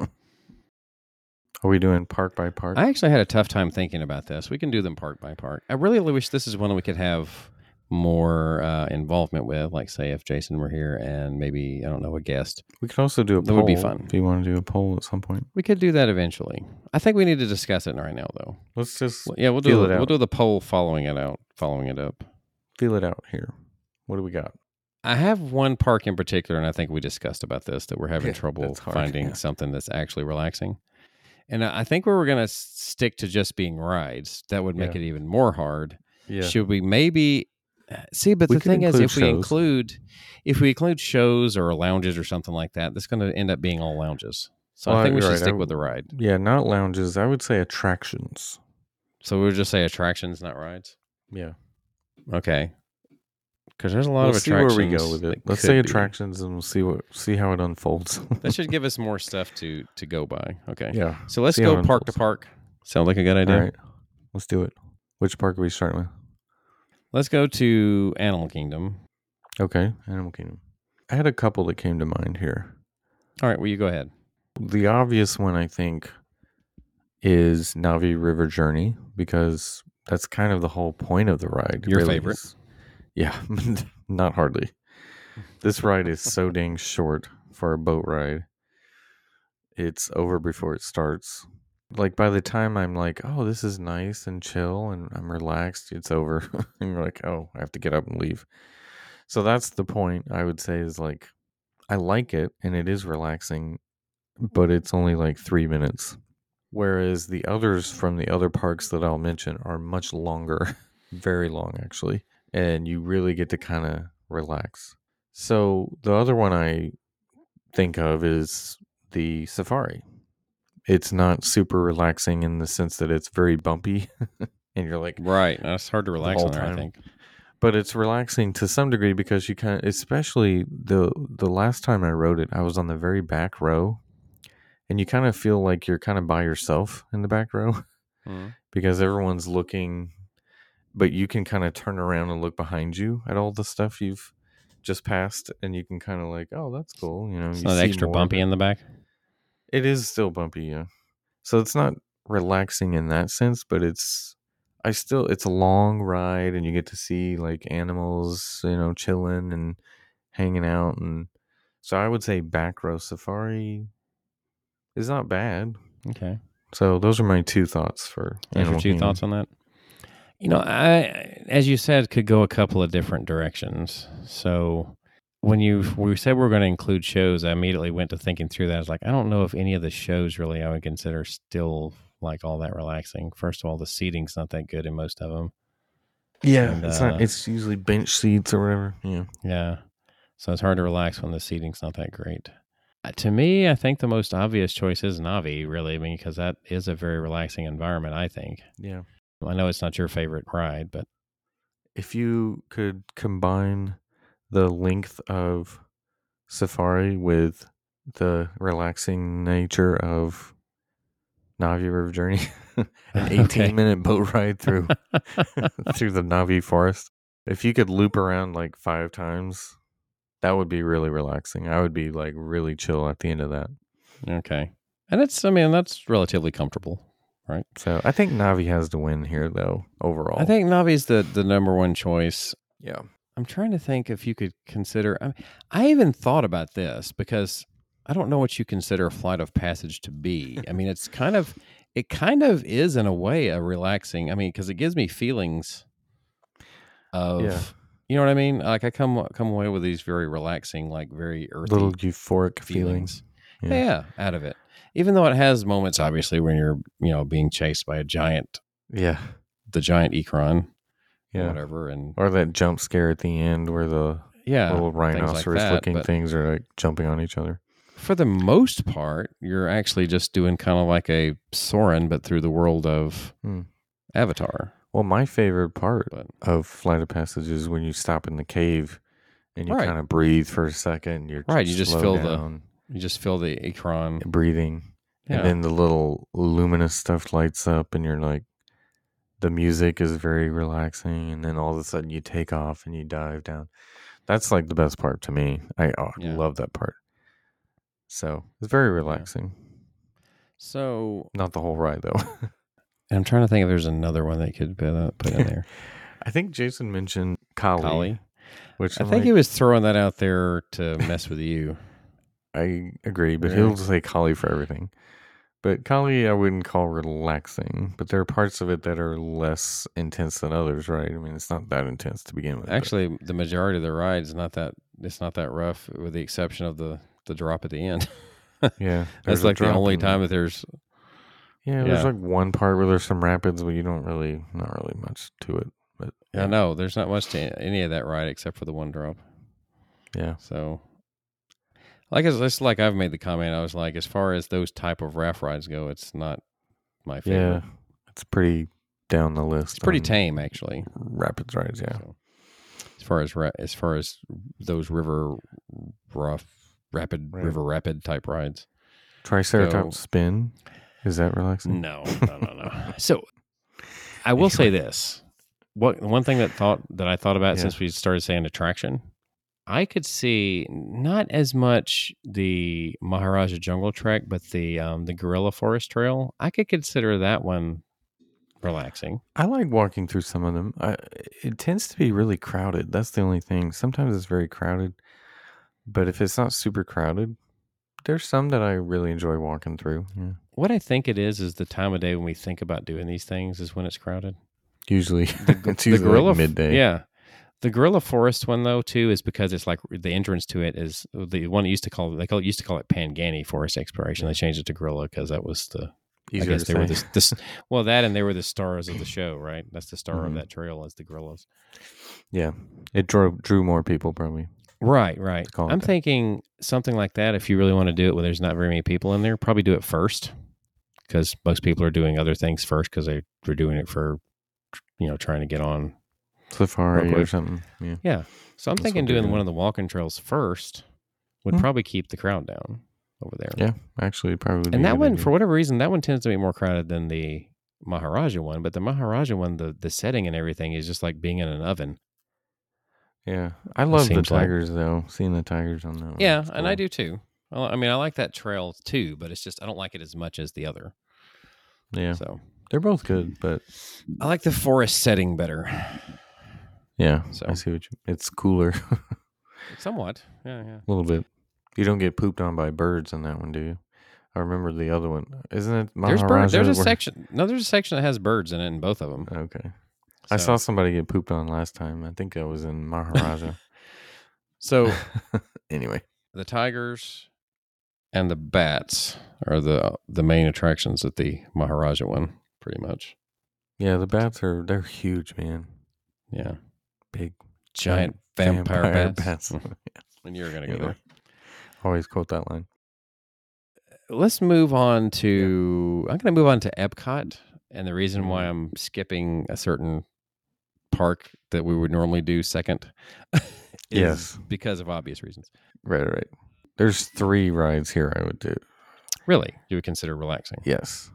Are we doing park by park?
I actually had a tough time thinking about this. We can do them part by part. I really wish this is one we could have more uh, involvement with. Like, say, if Jason were here and maybe I don't know a guest,
we could also do a
That
poll.
would be fun.
If you want to do a poll at some point,
we could do that eventually. I think we need to discuss it right now, though.
let's just
Well, yeah, we'll do
Feel it
we'll
out.
do the poll following it out, following it up.
feel it out here. What do we got?
I have one park in particular, and I think we discussed about this that we're having
Yeah,
trouble
that's hard,
finding
yeah.
something that's actually relaxing. And I I think we were going to stick to just being rides. That would make
Yeah.
it even more hard.
Yeah.
Should we maybe eh, see? But
We
the
could
thing is,
include
if we
shows.
include if we include shows or lounges or something like that, that's going to end up being all lounges. So
Well,
I think we
you're
should
right. I
stick
w-
with the ride.
Yeah, not lounges. I would say attractions.
So we would just say attractions, not rides.
Yeah,
Okay. Because there's a lot
we'll
of
see
attractions.
where we go with it.
that
Let's
could
say
be.
attractions, and we'll see what see how it unfolds. *laughs*
That should give us more stuff to to go by. Okay.
yeah,
So let's
See how
go
it
park to
unfolds.
park. Sound like a good idea.
all right. Let's do it. Which park are we starting with?
Let's go to Animal Kingdom.
Okay, Animal Kingdom. I had a couple that came to mind here.
All right, well you go ahead.
The obvious one, I think, is Navi River Journey because that's kind of the whole point of the ride.
Your favorite.
is- Yeah, *laughs* not hardly. This ride
*laughs*
is so dang short for a boat ride. It's over before it starts. Like by the time I'm like, oh, this is nice and chill and I'm relaxed, it's over. *laughs* and you're like, oh, I have to get up and leave. So that's the point I would say is like, I like it and it is relaxing, but it's only like three minutes. Whereas the others from the other parks that I'll mention are much longer, *laughs* very long actually, and you really get to kind of relax. So the other one I think of is the safari. It's not super relaxing in the sense that it's very bumpy *laughs* and you're like,
Right. That's hard to relax
whole
on there, I
time. Oh,
think.
but it's relaxing to some degree because you kind of especially the the last time i rode it i was on the very back row and you kind of feel like you're kind of by yourself in the back row *laughs*
Mm-hmm.
because everyone's looking but you can kind of turn around and look behind you at all the stuff you've just passed and you can kind of like oh that's cool you know
It's
you
not
see
extra
more,
bumpy
but-
in the back.
it is still bumpy, yeah. So it's not relaxing in that sense, but it's I still it's a long ride and you get to see like animals, you know, chilling and hanging out and so I would say back row safari is not bad.
Okay.
So those are my two thoughts for
Those are
Animal
two
Kingdom.
thoughts on that. You know, I as you said, could go a couple of different directions. So when you we said we are going to include shows, I immediately went to thinking through that. I was like, I don't know if any of the shows really I would consider still like all that relaxing. First of all, the seating's not that good in most of them.
Yeah,
And,
it's
uh,
not. It's usually bench seats or whatever. Yeah,
Yeah. So it's hard to relax when the seating's not that great. Uh, To me, I think the most obvious choice is Navi, really, I mean, because that is a very relaxing environment, I think.
yeah.
I know it's not your favorite ride, but
If you could combine the length of Safari with the relaxing nature of Navi River Journey, *laughs* an
Okay.
eighteen-minute boat
*laughs*
ride through *laughs* through the Navi forest. If you could loop around like five times, that would be really relaxing. I would be like really chill at the end of that.
Okay. And it's, I mean, that's relatively comfortable.
So I think Navi has to win here, though. Overall,
I think Navi's the, the number one choice.
yeah.
I'm trying to think if you could consider, I, I even thought about this because I don't know what you consider a flight of passage to be. I mean, it's kind of, it kind of is in a way a relaxing, I mean, because it gives me feelings of,
Yeah.
you know what I mean? Like I come, come away with these very relaxing, like very earthy
little euphoric
feelings.
feelings. Yeah.
Yeah. out of it. Even though it has moments, obviously, when you're, you know, being chased by a giant,
Yeah.
the giant Ekron,
Yeah.
whatever, and
Or that jump scare at the end where the
yeah,
little
like
rhinoceros
that,
looking
but-
things are like jumping on each other.
for the most part, you're actually just doing kind of like a Soren, but through the world of
Hmm.
Avatar.
Well, my favorite part
But
of Flight of Passage is when you stop in the cave and you
Right.
kind of breathe for a second. And you're
Right, you just
slow
feel the-
down,
you just feel the Ekron,
breathing.
yeah,
And then the little luminous stuff lights up, and you're like, the music is very relaxing. And then all of a sudden, you take off and you dive down. That's like the best part to me. I oh, I
Yeah.
love that part. So it's very relaxing.
so
Not the whole ride, though. *laughs*
I'm trying to think if there's another one that could put, uh, put in
*laughs*
there.
I think Jason mentioned Kali,
Kali,
which
I
I'm
think he
like,
was throwing that out there to mess with
*laughs*
you.
I agree, but
Yeah.
he'll say Kali for everything. But Kali, I wouldn't call relaxing, but there are parts of it that are less intense than others, right? I mean, it's not that intense to begin with. but-
Actually, the majority of the ride's not that it's not that rough, with the exception of the the drop at the end. *laughs*
yeah,
That's
there's a
like the
drop
only
in-
time that there's
Yeah, there's
yeah.
like one part where there's some rapids, but you don't really, not really much to it. But
I know there's not much to any of that ride except for the one drop.
yeah,
So, like it's, it's like I've made the comment. I was like, as far as those type of raft rides go, it's not my favorite.
yeah, it's pretty down the list.
It's pretty
on
tame actually.
Rapids rides, yeah.
So, as far as ra- as far as those river rough rapid
Right.
river rapid type rides.
Triceratops spin, is that *laughs* relaxing?
No, no, no, no. so I will say this: what one thing that thought that I thought about
Yeah.
since we started saying attraction, I could see not as much the Maharaja Jungle Trek, but the um, the Gorilla Forest Trail. I could consider that one relaxing.
I like walking through some of them. I, it tends to be really crowded. That's the only thing. Sometimes it's very crowded, but if it's not super crowded, there's some that I really enjoy walking through. Yeah.
What I think it is is the time of day when we think about doing these things is when it's crowded.
Usually, *laughs* it's usually like
f-
midday.
Yeah. The gorilla forest one though too is because it's like the entrance to it is the one it used to call they call used to call it Pangani Forest Exploration. They changed it to Gorilla because that was the
Easier
I guess
to
they were
say.
the, the s- well that and they were the stars of the show, right? That's the star
Mhm.
of that trail is the gorillas.
*laughs* yeah. It drew drew more people probably.
Right, right.
Let's call it
I'm
that.
thinking something like that. If you really want to do it, where there's not very many people in there, probably do it first because most people are doing other things first because they were doing it for you know trying to get on
Safari or
Probably.
something. Yeah.
So I'm
That's what
thinking
they're
doing
doing.
one of the walking trails first would
Hmm.
probably keep the crowd down over there.
Yeah. Actually, it probably. would be
and
a
that
good
one,
idea.
for whatever reason, that one tends to be more crowded than the Maharaja one. But the Maharaja one, the the setting and everything is just like being in an oven.
Yeah, I love the
seems like-
tigers though. Seeing the tigers on that. one,
yeah,
it's
and I
Oh, cool.
do too. I li- I mean, I like that trail too, but it's just I don't like it as much as the other.
Yeah,
So
they're both good, but
I like the forest setting better.
yeah,
So-
I see what you. It's cooler.
Somewhat. Yeah, yeah.
A little bit. You don't get pooped on by birds in that one, do you? I remember the other one. Isn't it Mount
There's birds. There's a
Horizon where-
section. No, there's a section that has birds in it in both of them.
Okay. I
So-
saw somebody get pooped on last time. I think I was in
*laughs*
Maharaja.
So
anyway.
the tigers and the bats are the the main attractions at the Maharaja one, pretty much.
Yeah, the bats are they're huge, man.
Yeah,
Big
giant vampire, bats. And you're gonna go
Anyway.
there.
*laughs* Always quote that line.
Let's move on to. I'm gonna move on to Epcot, and the reason why
Mhm.
I'm skipping a certain park that we would normally do second. *laughs* is
Yes.
because of obvious reasons.
Right, right. There's three rides here I would do.
Really, you would consider relaxing.
Yes.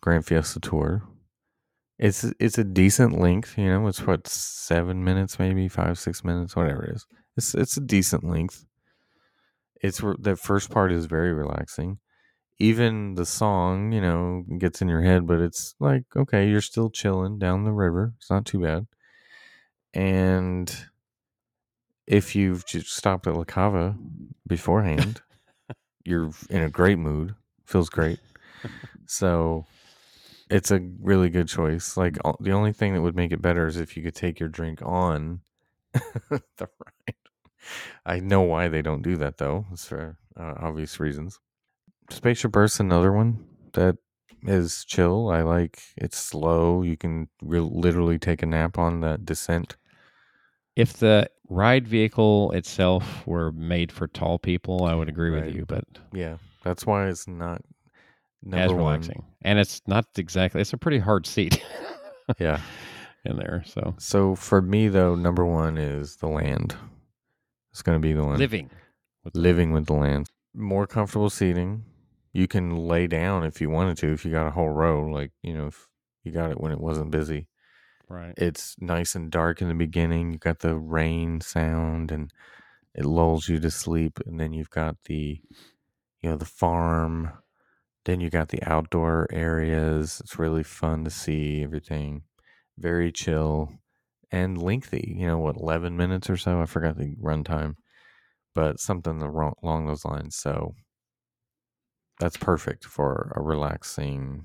Grand Fiesta Tour. It's it's a decent length, you know, it's what seven minutes maybe, five, six minutes, whatever it is. It's it's a decent length. It's re- the first part is very relaxing. Even the song, you know, gets in your head, but it's like, okay, you're still chilling down the river. It's not too bad. And if you've just stopped at La Cava beforehand, you're in a great mood. Feels great. So it's a really good choice. Like all, the only thing that would make it better is if you could take your drink on *laughs* the ride. I know why they don't do that though. It's for uh, obvious reasons. Spaceship Earth's another one that is chill. I like it's slow. You can re- literally take a nap on that descent.
If the ride vehicle itself were made for tall people, I would agree
Right.
with you, but
Yeah, that's why it's not number
as
one.
relaxing. *laughs* And it's not exactly it's a pretty hard seat *laughs*
Yeah.
in there. So
So for me though, number one is the land. It's going to be the one.
living.
living with the land. More comfortable seating. You can lay down if you wanted to, if you got a whole row, like, you know, if you got it when it wasn't busy.
Right.
It's nice and dark in the beginning. You got the rain sound and it lulls you to sleep. And then you've got the, you know, the farm. Then you got the outdoor areas. It's really fun to see everything. Very chill and lengthy. You know, what, 11 minutes or so? I forgot the runtime, but something aro- along those lines. So that's perfect for a relaxing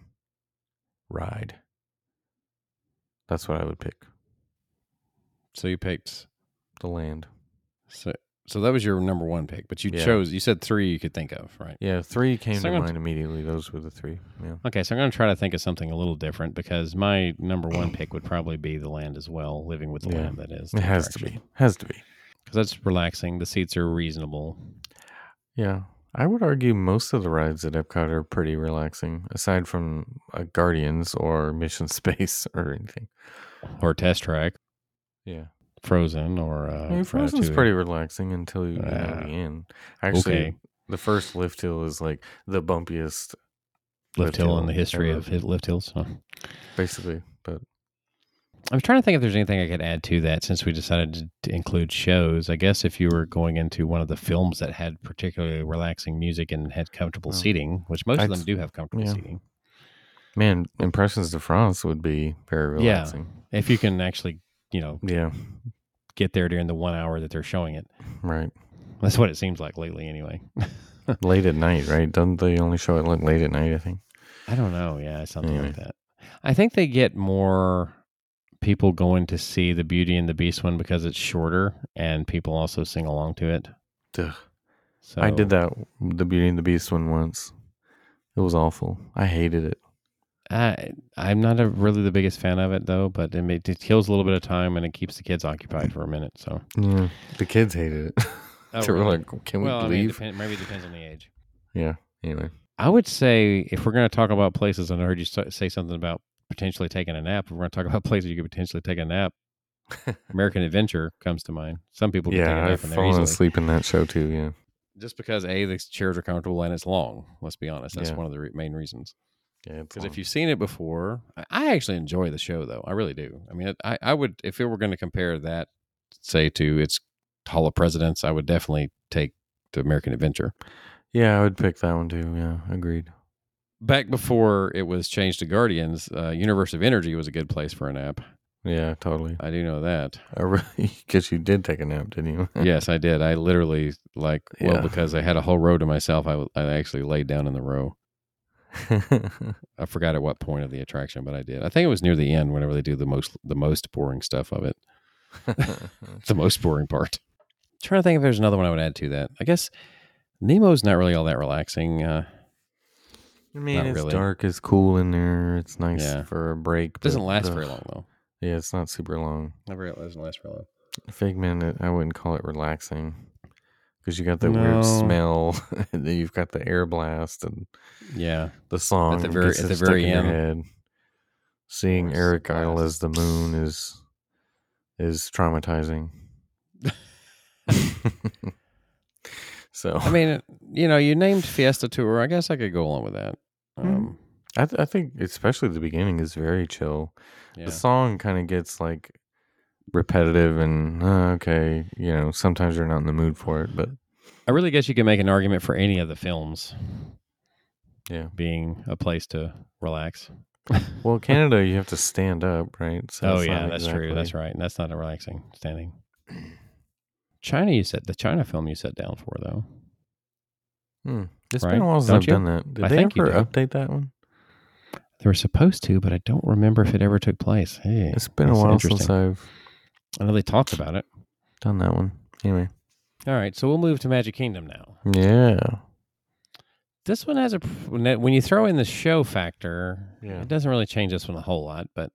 ride. That's what I would pick.
So you picked
The land.
so so that was your number one pick, but you
Yeah.
chose you said three you could think of, right?
Yeah, three came to
Second-
mind immediately. Those were the three. Yeah.
Okay, so I'm gonna try to think of something a little different because my number one pick would probably be the land as well, living with the
Yeah.
land that is.
It has to be. Has to be.
Because that's relaxing. The seats are reasonable.
Yeah. I would argue most of the rides at Epcot are pretty relaxing, aside from uh, Guardians or Mission *laughs* Space or anything.
Or test track,
Yeah.
frozen or uh
I mean, Frozen's
Ratatouille.
pretty relaxing until you get out
Uh,
of the end. Actually,
okay.
the first lift hill is like the bumpiest,
lift
Lift
hill
hill
in the history
ever.
of hit lift hills. Huh.
basically. But
I was trying to think if there's anything I could add to that since we decided to, to include shows. I guess if you were going into one of the films that had particularly relaxing music and had comfortable
Well,
seating, which most of
I'd-
them do have comfortable
Oh. yeah.
seating,
man, Impressions de France would be very
Yeah.
relaxing.
if you can actually, you know,
Yeah.
get there during the one hour that they're showing it. *laughs*
Right.
That's what it seems like lately, anyway.
late at night, right? Doesn't they only show it like late at night? I think.
I don't know. Yeah, something like
Anyway.
that. I think they get more people going to see the Beauty and the Beast one because it's shorter and people also sing along to it.
Ugh.
So
I did that the Beauty and the Beast one once. It was awful. I hated it.
I Uh, I'm not a, really the biggest fan of it though, but it, ma- it kills a little bit of time and it keeps the kids occupied for a minute. So
Yeah, the kids hated it.
Oh,
*laughs* they were
really?
like, "Can
well, I
we
mean, it
leave?"
depend, maybe it depends on the age.
yeah. Anyway,
I would say if we're going to talk about places, and I heard you sa- say something about potentially taking a nap. If we're going to talk *laughs* about places you could potentially take a
*laughs*
nap, American Adventure comes to mind. Some people can take a
yeah,
nap
I've
in there
fallen
easily.
asleep in that show too. Yeah,
Just because a the chairs are comfortable and it's long. Let's be honest, that's
Yeah.
one of the re- main reasons.
yeah. it's
Because if
long.
you've seen it before, I- I actually enjoy the show though. I really do. I mean, I, I would if it were going to compare that, say to its Hall of Presidents, I would definitely take the American Adventure.
yeah, I would pick that one too. Yeah, agreed.
Back before it was changed to Guardians, uh, Universe of Energy was a good place for a nap.
Yeah, totally.
I do know that.
*laughs* Because you did take a nap, didn't you? *laughs*
yes, I did. I literally like well
Mm. Yeah.
because I had a whole row to myself. I, I actually laid down in the row. I forgot at what point of the attraction, but I did. I think it was near the end whenever they do the most the most boring stuff of it. The most boring part. trying to think if there's another one I would add to that. I guess Nemo's not really all that relaxing. Uh,
I mean,
Not
it's
really.
dark. It's cool in there. It's nice
Yeah.
for a break.
doesn't
but,
last
ugh,
very long though.
Yeah, it's not super long.
Never it doesn't last very long.
Figment, it- I wouldn't call it relaxing because you got that weird
No.
smell, *laughs* and then you've got the air blast and
Yeah,
the song
the
it
very-
gets
at
it
the
stuck
very
in your
end.
head. Seeing
Or
Eric
surprise.
Idle as the moon is is traumatizing. *laughs* so
I mean, you know, you named Fiesta Tour. I guess I could go along with that. Um,
I, th- I think especially the beginning is very chill.
yeah.
The song kind of gets like repetitive and uh, okay, you know, sometimes you're not in the mood for it, but
I really guess you could make an argument for any of the films
yeah.
being a place to relax.
Well, Canada, you have to stand up, right? So
oh
it's
yeah,
not
that's true. That's
exactly-
right. And that's not a relaxing standing. China, you said the China film you sat down for though.
Hmm. It's
Right?
been a while since
Don't
I've
you?
done that. Did
I
they
think you
ever
do.
update that one?
They were supposed to, but I don't remember if it ever took place. Hey,
It's been a
that's
while
interesting.
since I've
I know they talked about it.
done that one. Anyway,
All right, so we'll move to Magic Kingdom now.
yeah,
This one has a when you throw in the show factor,
Yeah.
it doesn't really change this one a whole lot, but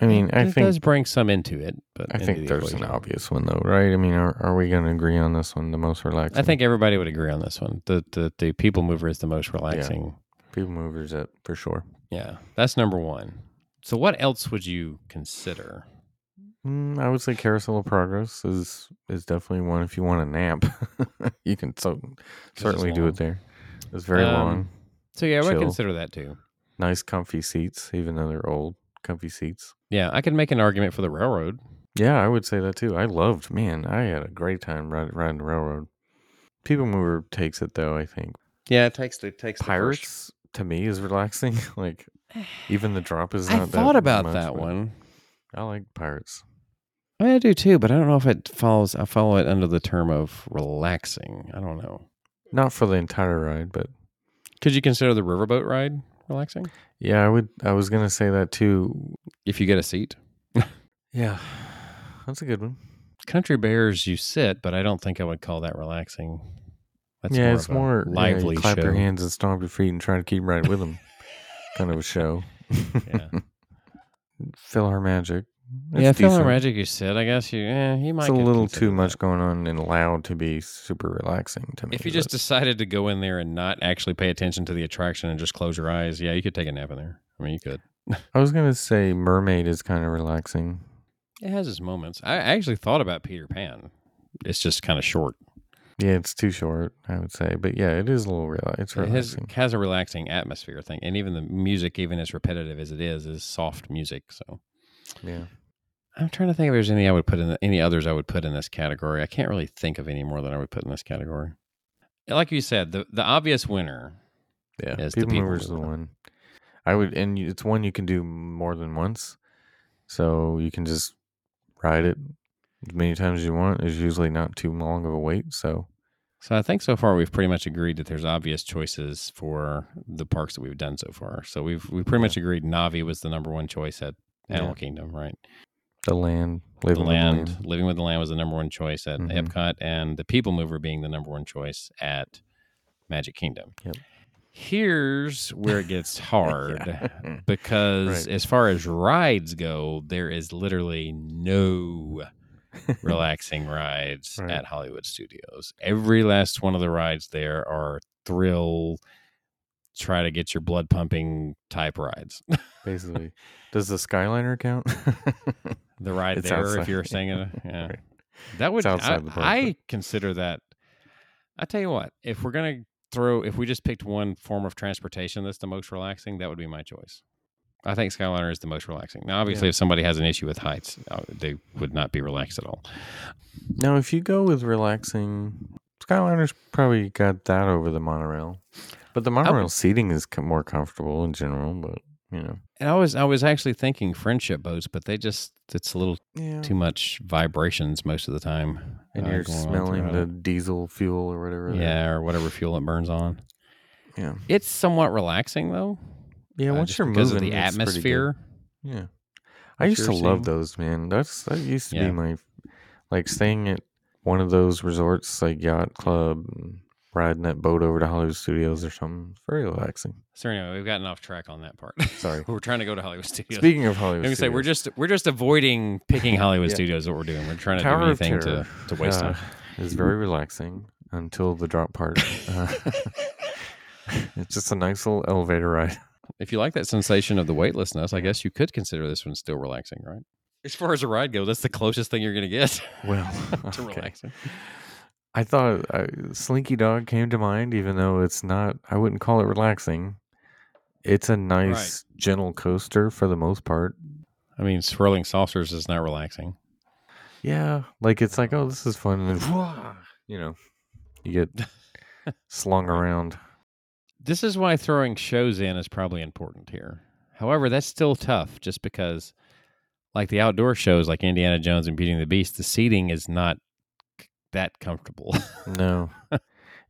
I mean, I
it does
think
bring some into it. But
I
into
think
the
there's
equation.
an obvious one though, right? I mean, are, are we going to agree on this one? The most relaxing.
I think everybody would agree on this one. The the, the people mover is the most relaxing.
people movers up for sure.
Yeah. that's number one. So what else would you consider?
Mm, I would say Carousel of Progress is is definitely one. If you want a nap, *laughs* you can so
it's
certainly do
long.
it there. It's very
Um,
long,
So yeah, I would
Chill.
consider that too.
nice comfy seats, even though they're old, comfy seats.
Yeah, I could make an argument for the railroad.
Yeah, I would say that too. I loved, man, I had a great time riding, riding the railroad. People mover takes it though, I think.
Yeah, it takes it takes
Pirates to me is relaxing. *laughs* like even
*sighs*
the drop is. Not
I
that
thought about
much,
that
but
one.
I like pirates.
I, mean, I do too, but I don't know if it follows. I follow it under the term of relaxing. I don't know.
Not for the entire ride, but
Could you consider the riverboat ride relaxing
yeah, I would. I was gonna say that too.
if you get a seat?
Yeah, *sighs* that's a good one.
Country Bears, you sit, but I don't think I would call that relaxing. That's
yeah,
more
it's
of a
more yeah, you
lively.
clap your
show.
hands and stomp your feet and try to keep right with
*laughs*
them. kind of a show. *laughs*
Yeah.
Fill her magic.
yeah,
It's
feeling
decent.
magic. You said, I guess you. Eh, you might.
It's a
could
little
consider
too much
that.
going on and loud to be super relaxing to me.
If you just
but-
decided to go in there and not actually pay attention to the attraction and just close your eyes, yeah, you could take a nap in there. I mean, you could.
I was gonna say mermaid is kind of relaxing.
It has its moments. I actually thought about Peter Pan. It's just kind of short.
Yeah, it's too short, I would say, but yeah, it is a little real. It's
It has,
relaxing.
has a relaxing atmosphere thing, and even the music, even as repetitive as it is, is soft music. So
yeah,
I'm trying to think if there's any I would put in the, any others I would put in this category. I can't really think of any more that I would put in this category. Like you said, the the obvious winner.
yeah.
Yes, the
people
people
mover's the
mover.
one. I would, and you- it's one you can do more than once, so you can just ride it as many times as you want. It's usually not too long of a wait. So
So I think so far we've pretty much agreed that there's obvious choices for the parks that we've done so far. So we've we pretty much agreed Navi was the number one choice at Animal
Yeah.
Kingdom, right?
the land, live
the
in
land, living with the land was the number one choice at
Mhm.
Epcot, and the People Mover being the number one choice at Magic Kingdom.
Yep.
Here's where it gets hard *laughs*
Yeah. *laughs*
because,
Right.
as far as rides go, there is literally no relaxing rides
Right.
at Hollywood Studios. Every last one of the rides there are thrill, try to get your blood pumping type rides. *laughs*
basically. Does the Skyliner count? *laughs*
the ride
It's
there if
outside.
you're staying
*laughs*
in a, yeah
Right.
that would
It's outside
I,
the park,
I consider that i tell you what if we're gonna throw if we just picked one form of transportation that's the most relaxing that would be my choice i think skyliner is the most relaxing now obviously
Yeah.
if somebody has an issue with heights uh, they would not be relaxed at all
Now, if you go with relaxing, Skyliner's probably
Oh.
got that over the monorail, but the monorail seating is co- more comfortable in general. But you know.
And I was I was actually thinking friendship boats, but they just it's a little
Yeah.
too much vibrations most of the time.
Mm. and
uh,
you're
going on
smelling
throughout
the
it.
diesel fuel or whatever. that-
yeah, or whatever fuel it burns on.
Yeah.
It's somewhat relaxing though.
Yeah.
uh,
Once
just
you're
because
moving,
of the
it's pretty good.
atmosphere.
Yeah. I
What
used to
you're
love
seeing?
those, man. That's that used to
Yeah.
be my like staying at one of those resorts like yacht club and riding that boat over to Hollywood Studios or something. It's Very relaxing.
So anyway, we've gotten off track on that part. *laughs*
Sorry.
we're trying to go to Hollywood Studios.
Speaking of
I'm
Hollywood
gonna say we're
Studios,
just we're just avoiding *laughs* picking Hollywood
Yeah.
Studios. is What we're doing, we're trying to
Tower
do
of
anything to,
Terror,
to waste *laughs*
uh,
time.
is very relaxing until the
*laughs*
drop part. Uh, *laughs* it's just a nice little elevator
*laughs*
ride.
If you like that sensation of the weightlessness, I guess you could consider this one still relaxing, right? As far as a ride goes, that's the closest thing you're gonna *laughs* get
*laughs* Well,
to
okay.
relaxing.
I thought uh, Slinky Dog came to mind, even though it's not, I wouldn't call it relaxing. It's a nice, gentle coaster for the most part.
I mean, swirling saucers is not relaxing.
Yeah. Like it's like, oh, this is fun. And then, you know, you
*laughs*
get slung around.
This is why throwing shows in is probably important here. However, that's still tough, just because, like the outdoor shows, like Indiana Jones and Beauty and the Beast, the seating is not c- that comfortable. *laughs*
No.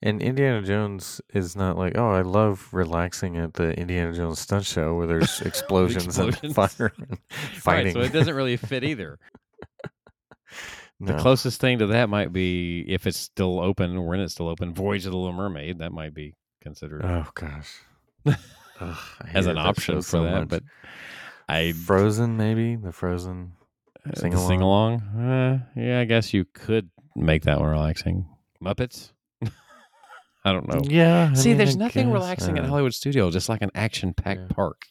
And Indiana Jones is not like, oh, I love relaxing at the Indiana Jones stunt show
*laughs*
where there's explosions, and
Explosions. *laughs*
fire and fighting.
right, so it doesn't really
*laughs*
fit either.
no.
The closest thing to that might be if it's still open or when it's still open, Voyage of the Little Mermaid. That might be considered
oh,
*laughs*
gosh. Ugh, I
as
hated
an
that
option for
show so
that.
much.
But I
Frozen, maybe the Frozen.
sing along. Sing along. Uh, yeah, I guess you could make that one relaxing. Muppets. *laughs* I don't know.
Yeah. I
See,
mean,
there's
I
nothing
guess,
relaxing at
uh,
Hollywood Studio, just like an action-packed
Yeah.
park.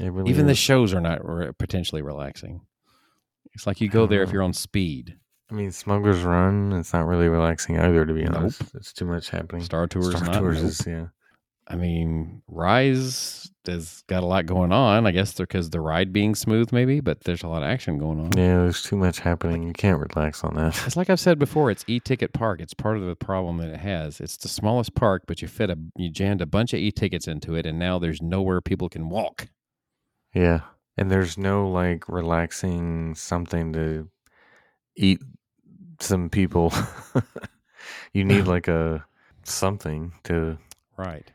It really
Even the
is.
shows are not re- potentially relaxing. It's like you go there if
Uh,
you're on speed.
I mean, Smuggler's Run. It's not really relaxing either, to be
Nope.
honest. It's too much happening.
Star Tours,
Star
not,
Tours
nope.
is yeah.
I mean, Rise has got a lot going on. I guess because the ride being smooth, maybe, but there's a lot of action going on.
Yeah, there's too much happening. You can't relax on that.
It's like I've said before. It's e-ticket park. It's part of the problem that it has. It's the smallest park, but you fit a you jammed a bunch of e-tickets into it, and now there's nowhere people can walk.
Yeah, and there's no like relaxing something to eat some people. *laughs*
*laughs*
you need like a something to
Right.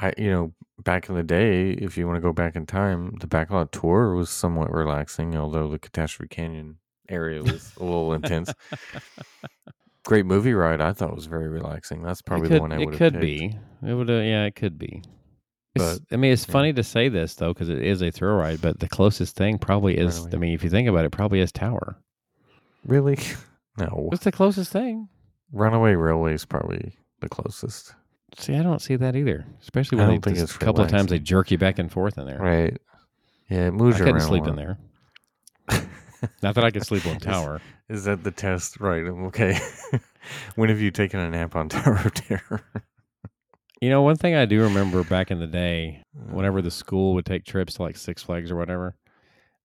I you know back in the day, if you want to go back in time, the backlot tour was somewhat relaxing, although the Catastrophe Canyon area was a little
*laughs*
intense. Great movie ride, I thought was very relaxing. That's probably
it could,
the one I
it
would.
could be. It would. Uh, yeah, it could be. It's, I mean, it's
yeah.
funny to say this though, because it is a thrill ride. But the closest thing probably is.
Really?
I mean, if you think about it, probably is Tower.
really. No,
What's the closest thing?
Runaway Railway is probably the closest.
See, I don't see that either. Especially
I
when
don't
they
think
just
it's
a couple of times they
relaxing.
jerk you back and forth in there.
Right. Yeah, it
I
moves you
couldn't
around.
sleep
a
in
*laughs* lot.
there. Not that I could
*laughs*
sleep on Tower.
Is that the test? Right. I'm Okay. *laughs* when have you taken a nap on *laughs* Tower of Terror?
You know, one thing I do remember back in the day,
*laughs*
whenever the school would take trips to like Six Flags or whatever,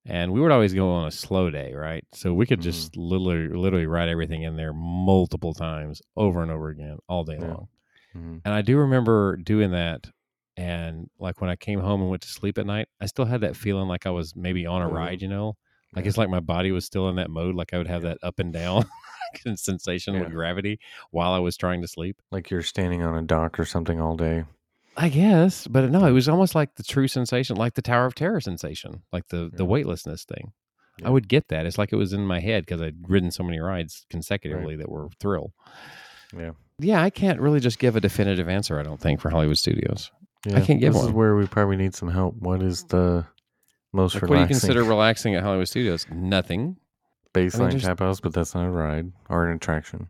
and we would always go on a slow day, right? So we could
Mm-hmm.
just literally, literally ride everything in there multiple times, over and over again, all day
Yeah.
long.
Mhm.
And I do remember doing that. And like when I came home and went to sleep at night, I still had that feeling like I was maybe on a
Mhm.
ride, you know? Like
Yeah.
it's like my body was still in that mode. Like I would have that up and down *laughs* kind of sensation
Yeah.
with gravity while I was trying to sleep.
like you're standing on a dock or something all day.
I guess, but no, it was almost like the true sensation, like the Tower of Terror sensation, like the the
Yeah.
weightlessness thing.
Yeah.
I would get that. It's like it was in my head because I'd ridden so many rides consecutively that were thrill.
Yeah.
Yeah, I can't really just give a definitive answer. I don't think for Hollywood Studios.
Yeah,
can't give
this is
one.
where we probably need some help. What is the most
Like,
relaxing
what do you consider relaxing at Hollywood Studios? Nothing.
baseline
there's-
tap house? But that's not a ride or an attraction.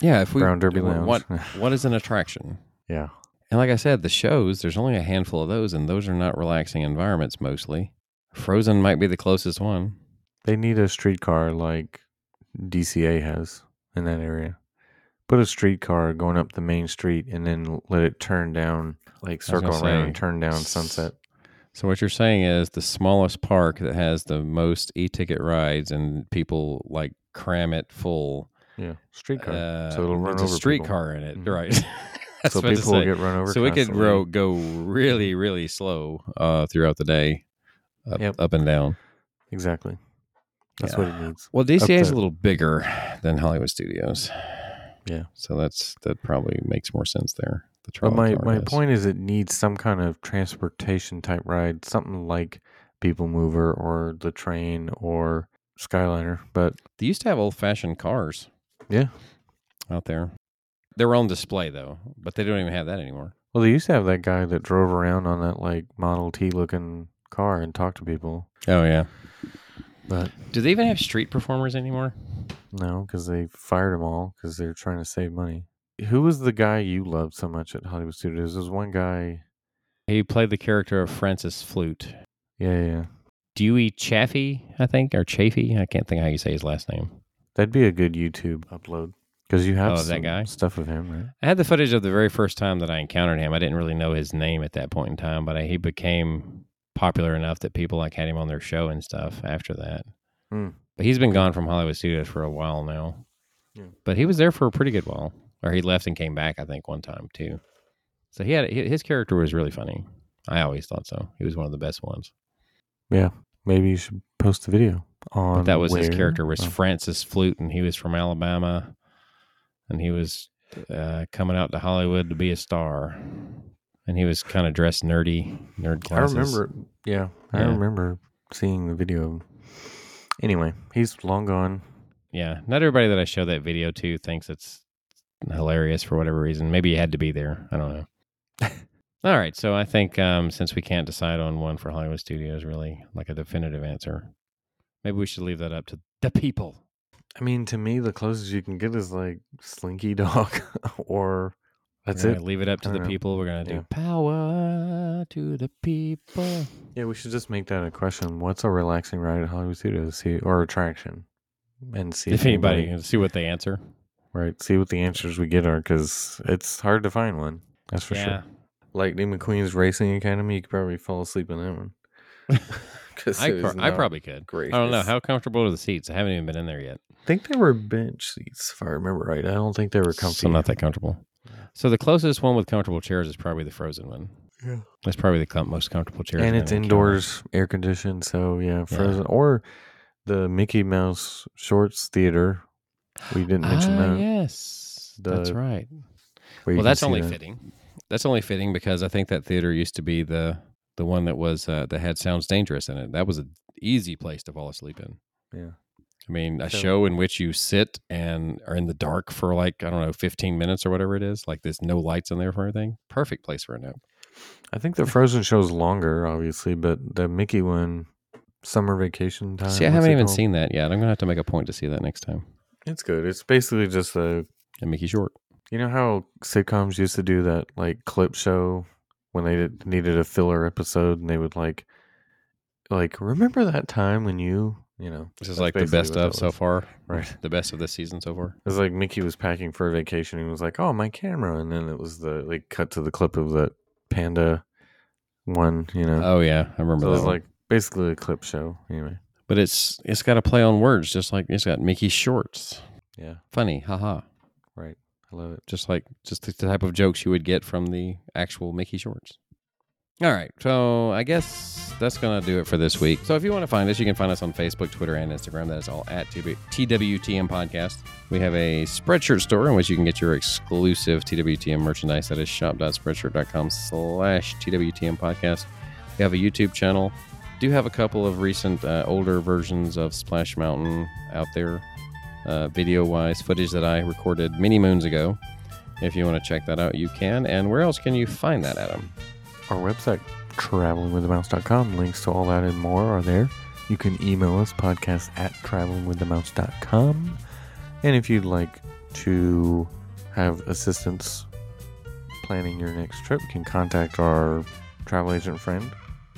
Yeah, if we
Brown Derby
what-
Lounge.
What what is an attraction?
*laughs* yeah,
And like I said, the shows there's only a handful of those, and those are not relaxing environments mostly. Frozen might be the closest one.
they need a streetcar like DCA has in that area. Put a streetcar going up the main street and then let it turn down, like
I was
circle
gonna
around and
say,
turn down
s-
Sunset.
So what you're saying is the smallest park that has the most e-ticket rides and people like cram it full.
Yeah, streetcar.
Uh, *laughs*
so it'll run
it's
over
a streetcar in it,
Mhm.
right? *laughs*
people.
That's
So
what to
people will
say.
get run over.
so it could
constantly.
grow, go really, really slow uh, throughout the day. up,
Yep.
up and down.
Exactly. That's what it needs.
Well, DCA is
the-
a little bigger than Hollywood Studios.
Yeah.
So that's that probably makes more sense there. The
But
trolley
my,
car
my
does.
point is, it needs some kind of transportation type ride, something like People Mover or the train or Skyliner. But
They used to have old fashioned cars.
Yeah.
Out there. They were on display though, but they don't even have that anymore.
well, they used to have that guy that drove around on that like Model T looking car and talked to people.
Oh yeah.
But
Do they even have street performers anymore?
no, because they fired them all because they're trying to save money. Who was the guy you loved so much at Hollywood Studios? There's one guy.
He played the character of Francis Flute.
Yeah, yeah, yeah.
Dewey Chaffee, I think, or Chafee. I can't think how you say his last name.
That'd be a good YouTube upload because you have
Oh, that
some
guy?
stuff of him, right?
I had the footage of the very first time that I encountered him. I didn't really know his name at that point in time, but I, he became popular enough that people like had him on their show and stuff after that.
Hmm.
But he's been gone from Hollywood Studios for a while now.
Yeah.
But he was there for a pretty good while, or he left and came back, I think, one time too. So he had hi- his character was really funny. I always thought so. He was one of the best ones.
Yeah, maybe you should post the video on.
But that was his
where?
character was
Oh,
Francis Flute, and he was from Alabama, and he was uh, coming out to Hollywood to be a star, and he was kind of dressed nerdy, nerd
I
classes.
remember. Yeah, I
Yeah.
remember seeing the video. of him. Anyway, he's long gone.
Yeah, not everybody that I show that video to thinks it's hilarious for whatever reason. Maybe you had to be there. I don't know.
*laughs*
All right, so I think um, since we can't decide on one for Hollywood Studios, really like a definitive answer, maybe we should leave that up to the people.
I mean, to me, the closest you can get is like Slinky Dog, *laughs* or that's
We're
it.
gonna Leave it up to
I
the
don't know.
people. We're gonna
Yeah.
do power to the people.
Yeah, we should just make that a question. What's a relaxing ride at Hollywood Studios? See or attraction, and see
if anybody see what they answer.
right. See what the answers we get are because it's hard to find one. That's for sure. Lightning McQueen's Racing Academy, you could probably fall asleep in that one.
*laughs*
*laughs* 'Cause
I,
it
pro-
was
I
not
probably could.
Great.
I don't know how comfortable are the seats. I haven't even been in there yet.
I think they were bench seats, if I remember right. I don't think they were comfy.
So not that comfortable. So the closest one with comfortable chairs is probably the frozen one.
Yeah.
That's probably the com- most comfortable chair.
and it's indoors, air conditioned. So yeah, frozen or the Mickey Mouse Shorts Theater. We didn't mention
Ah,
that.
yes,
The-
that's right.
where
Well,
you can
that's
see
only
that.
fitting. That's only fitting because I think that theater used to be the the one that was uh, that had Sounds Dangerous in it. That was an easy place to fall asleep in.
Yeah.
I mean, a
So-
show in which you sit and are in the dark for like, I don't know, 15 minutes or whatever it is. Like there's no lights in there for everything. Perfect place for a nap.
I think
*laughs*
the Frozen show's longer, obviously, but the Mickey one, summer vacation time.
see, I
Uh, what's
haven't
it
even
called?
seen that yet. I'm going to have to make a point to see that next time.
It's good. It's basically just a
And Mickey Short.
You know how sitcoms used to do that, like clip show, when they did, needed a filler episode, and they would like, like remember that time when you, you know,
This is
That's
like the
basically
best
what
of
that
so
was.
far.
*laughs* Right.
The best of this season so far.
It was like Mickey was packing for a vacation. And he was like, "Oh, my camera," and then it was the like cut to the clip of that panda one. You know,
Oh, yeah. I
so
remember
it
that.
was
one.
like basically a clip show. Anyway,
but it's it's got a play on words, just like it's got Mickey Shorts.
yeah,
Funny. Haha.
right. I love it.
just like just the type of jokes you would get from the actual Mickey shorts. All right, so I guess that's gonna do it for this week. So if you want to find us, you can find us on Facebook, Twitter, and Instagram. That is all at TW- TWTM Podcast. We have a Spreadshirt store in which you can get your exclusive TWTM merchandise. That is shop.spreadshirt.com slash TWTM Podcast. We have a YouTube channel. Do have a couple of recent uh, older versions of Splash Mountain out there, uh, video wise, footage that I recorded many moons ago. If you want to check that out, you can. And where else can you find that, Adam?
Our website, travelingwiththemouse.com. Links to all that and more are there. You can email us, podcast at travelingwiththemouse.com. And if you'd like to have assistance planning your next trip, you can contact our travel agent friend.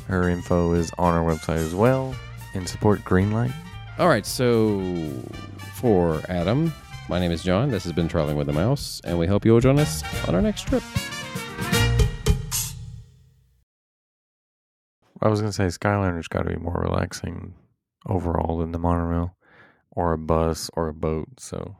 Her info is on our website as well. And support Greenlight.
All right, so for Adam, my name is John. This has been Traveling with the Mouse, and we hope you'll join us on our next trip.
I was going to say Skyliner's got to be more relaxing overall than the monorail or a bus or a boat. So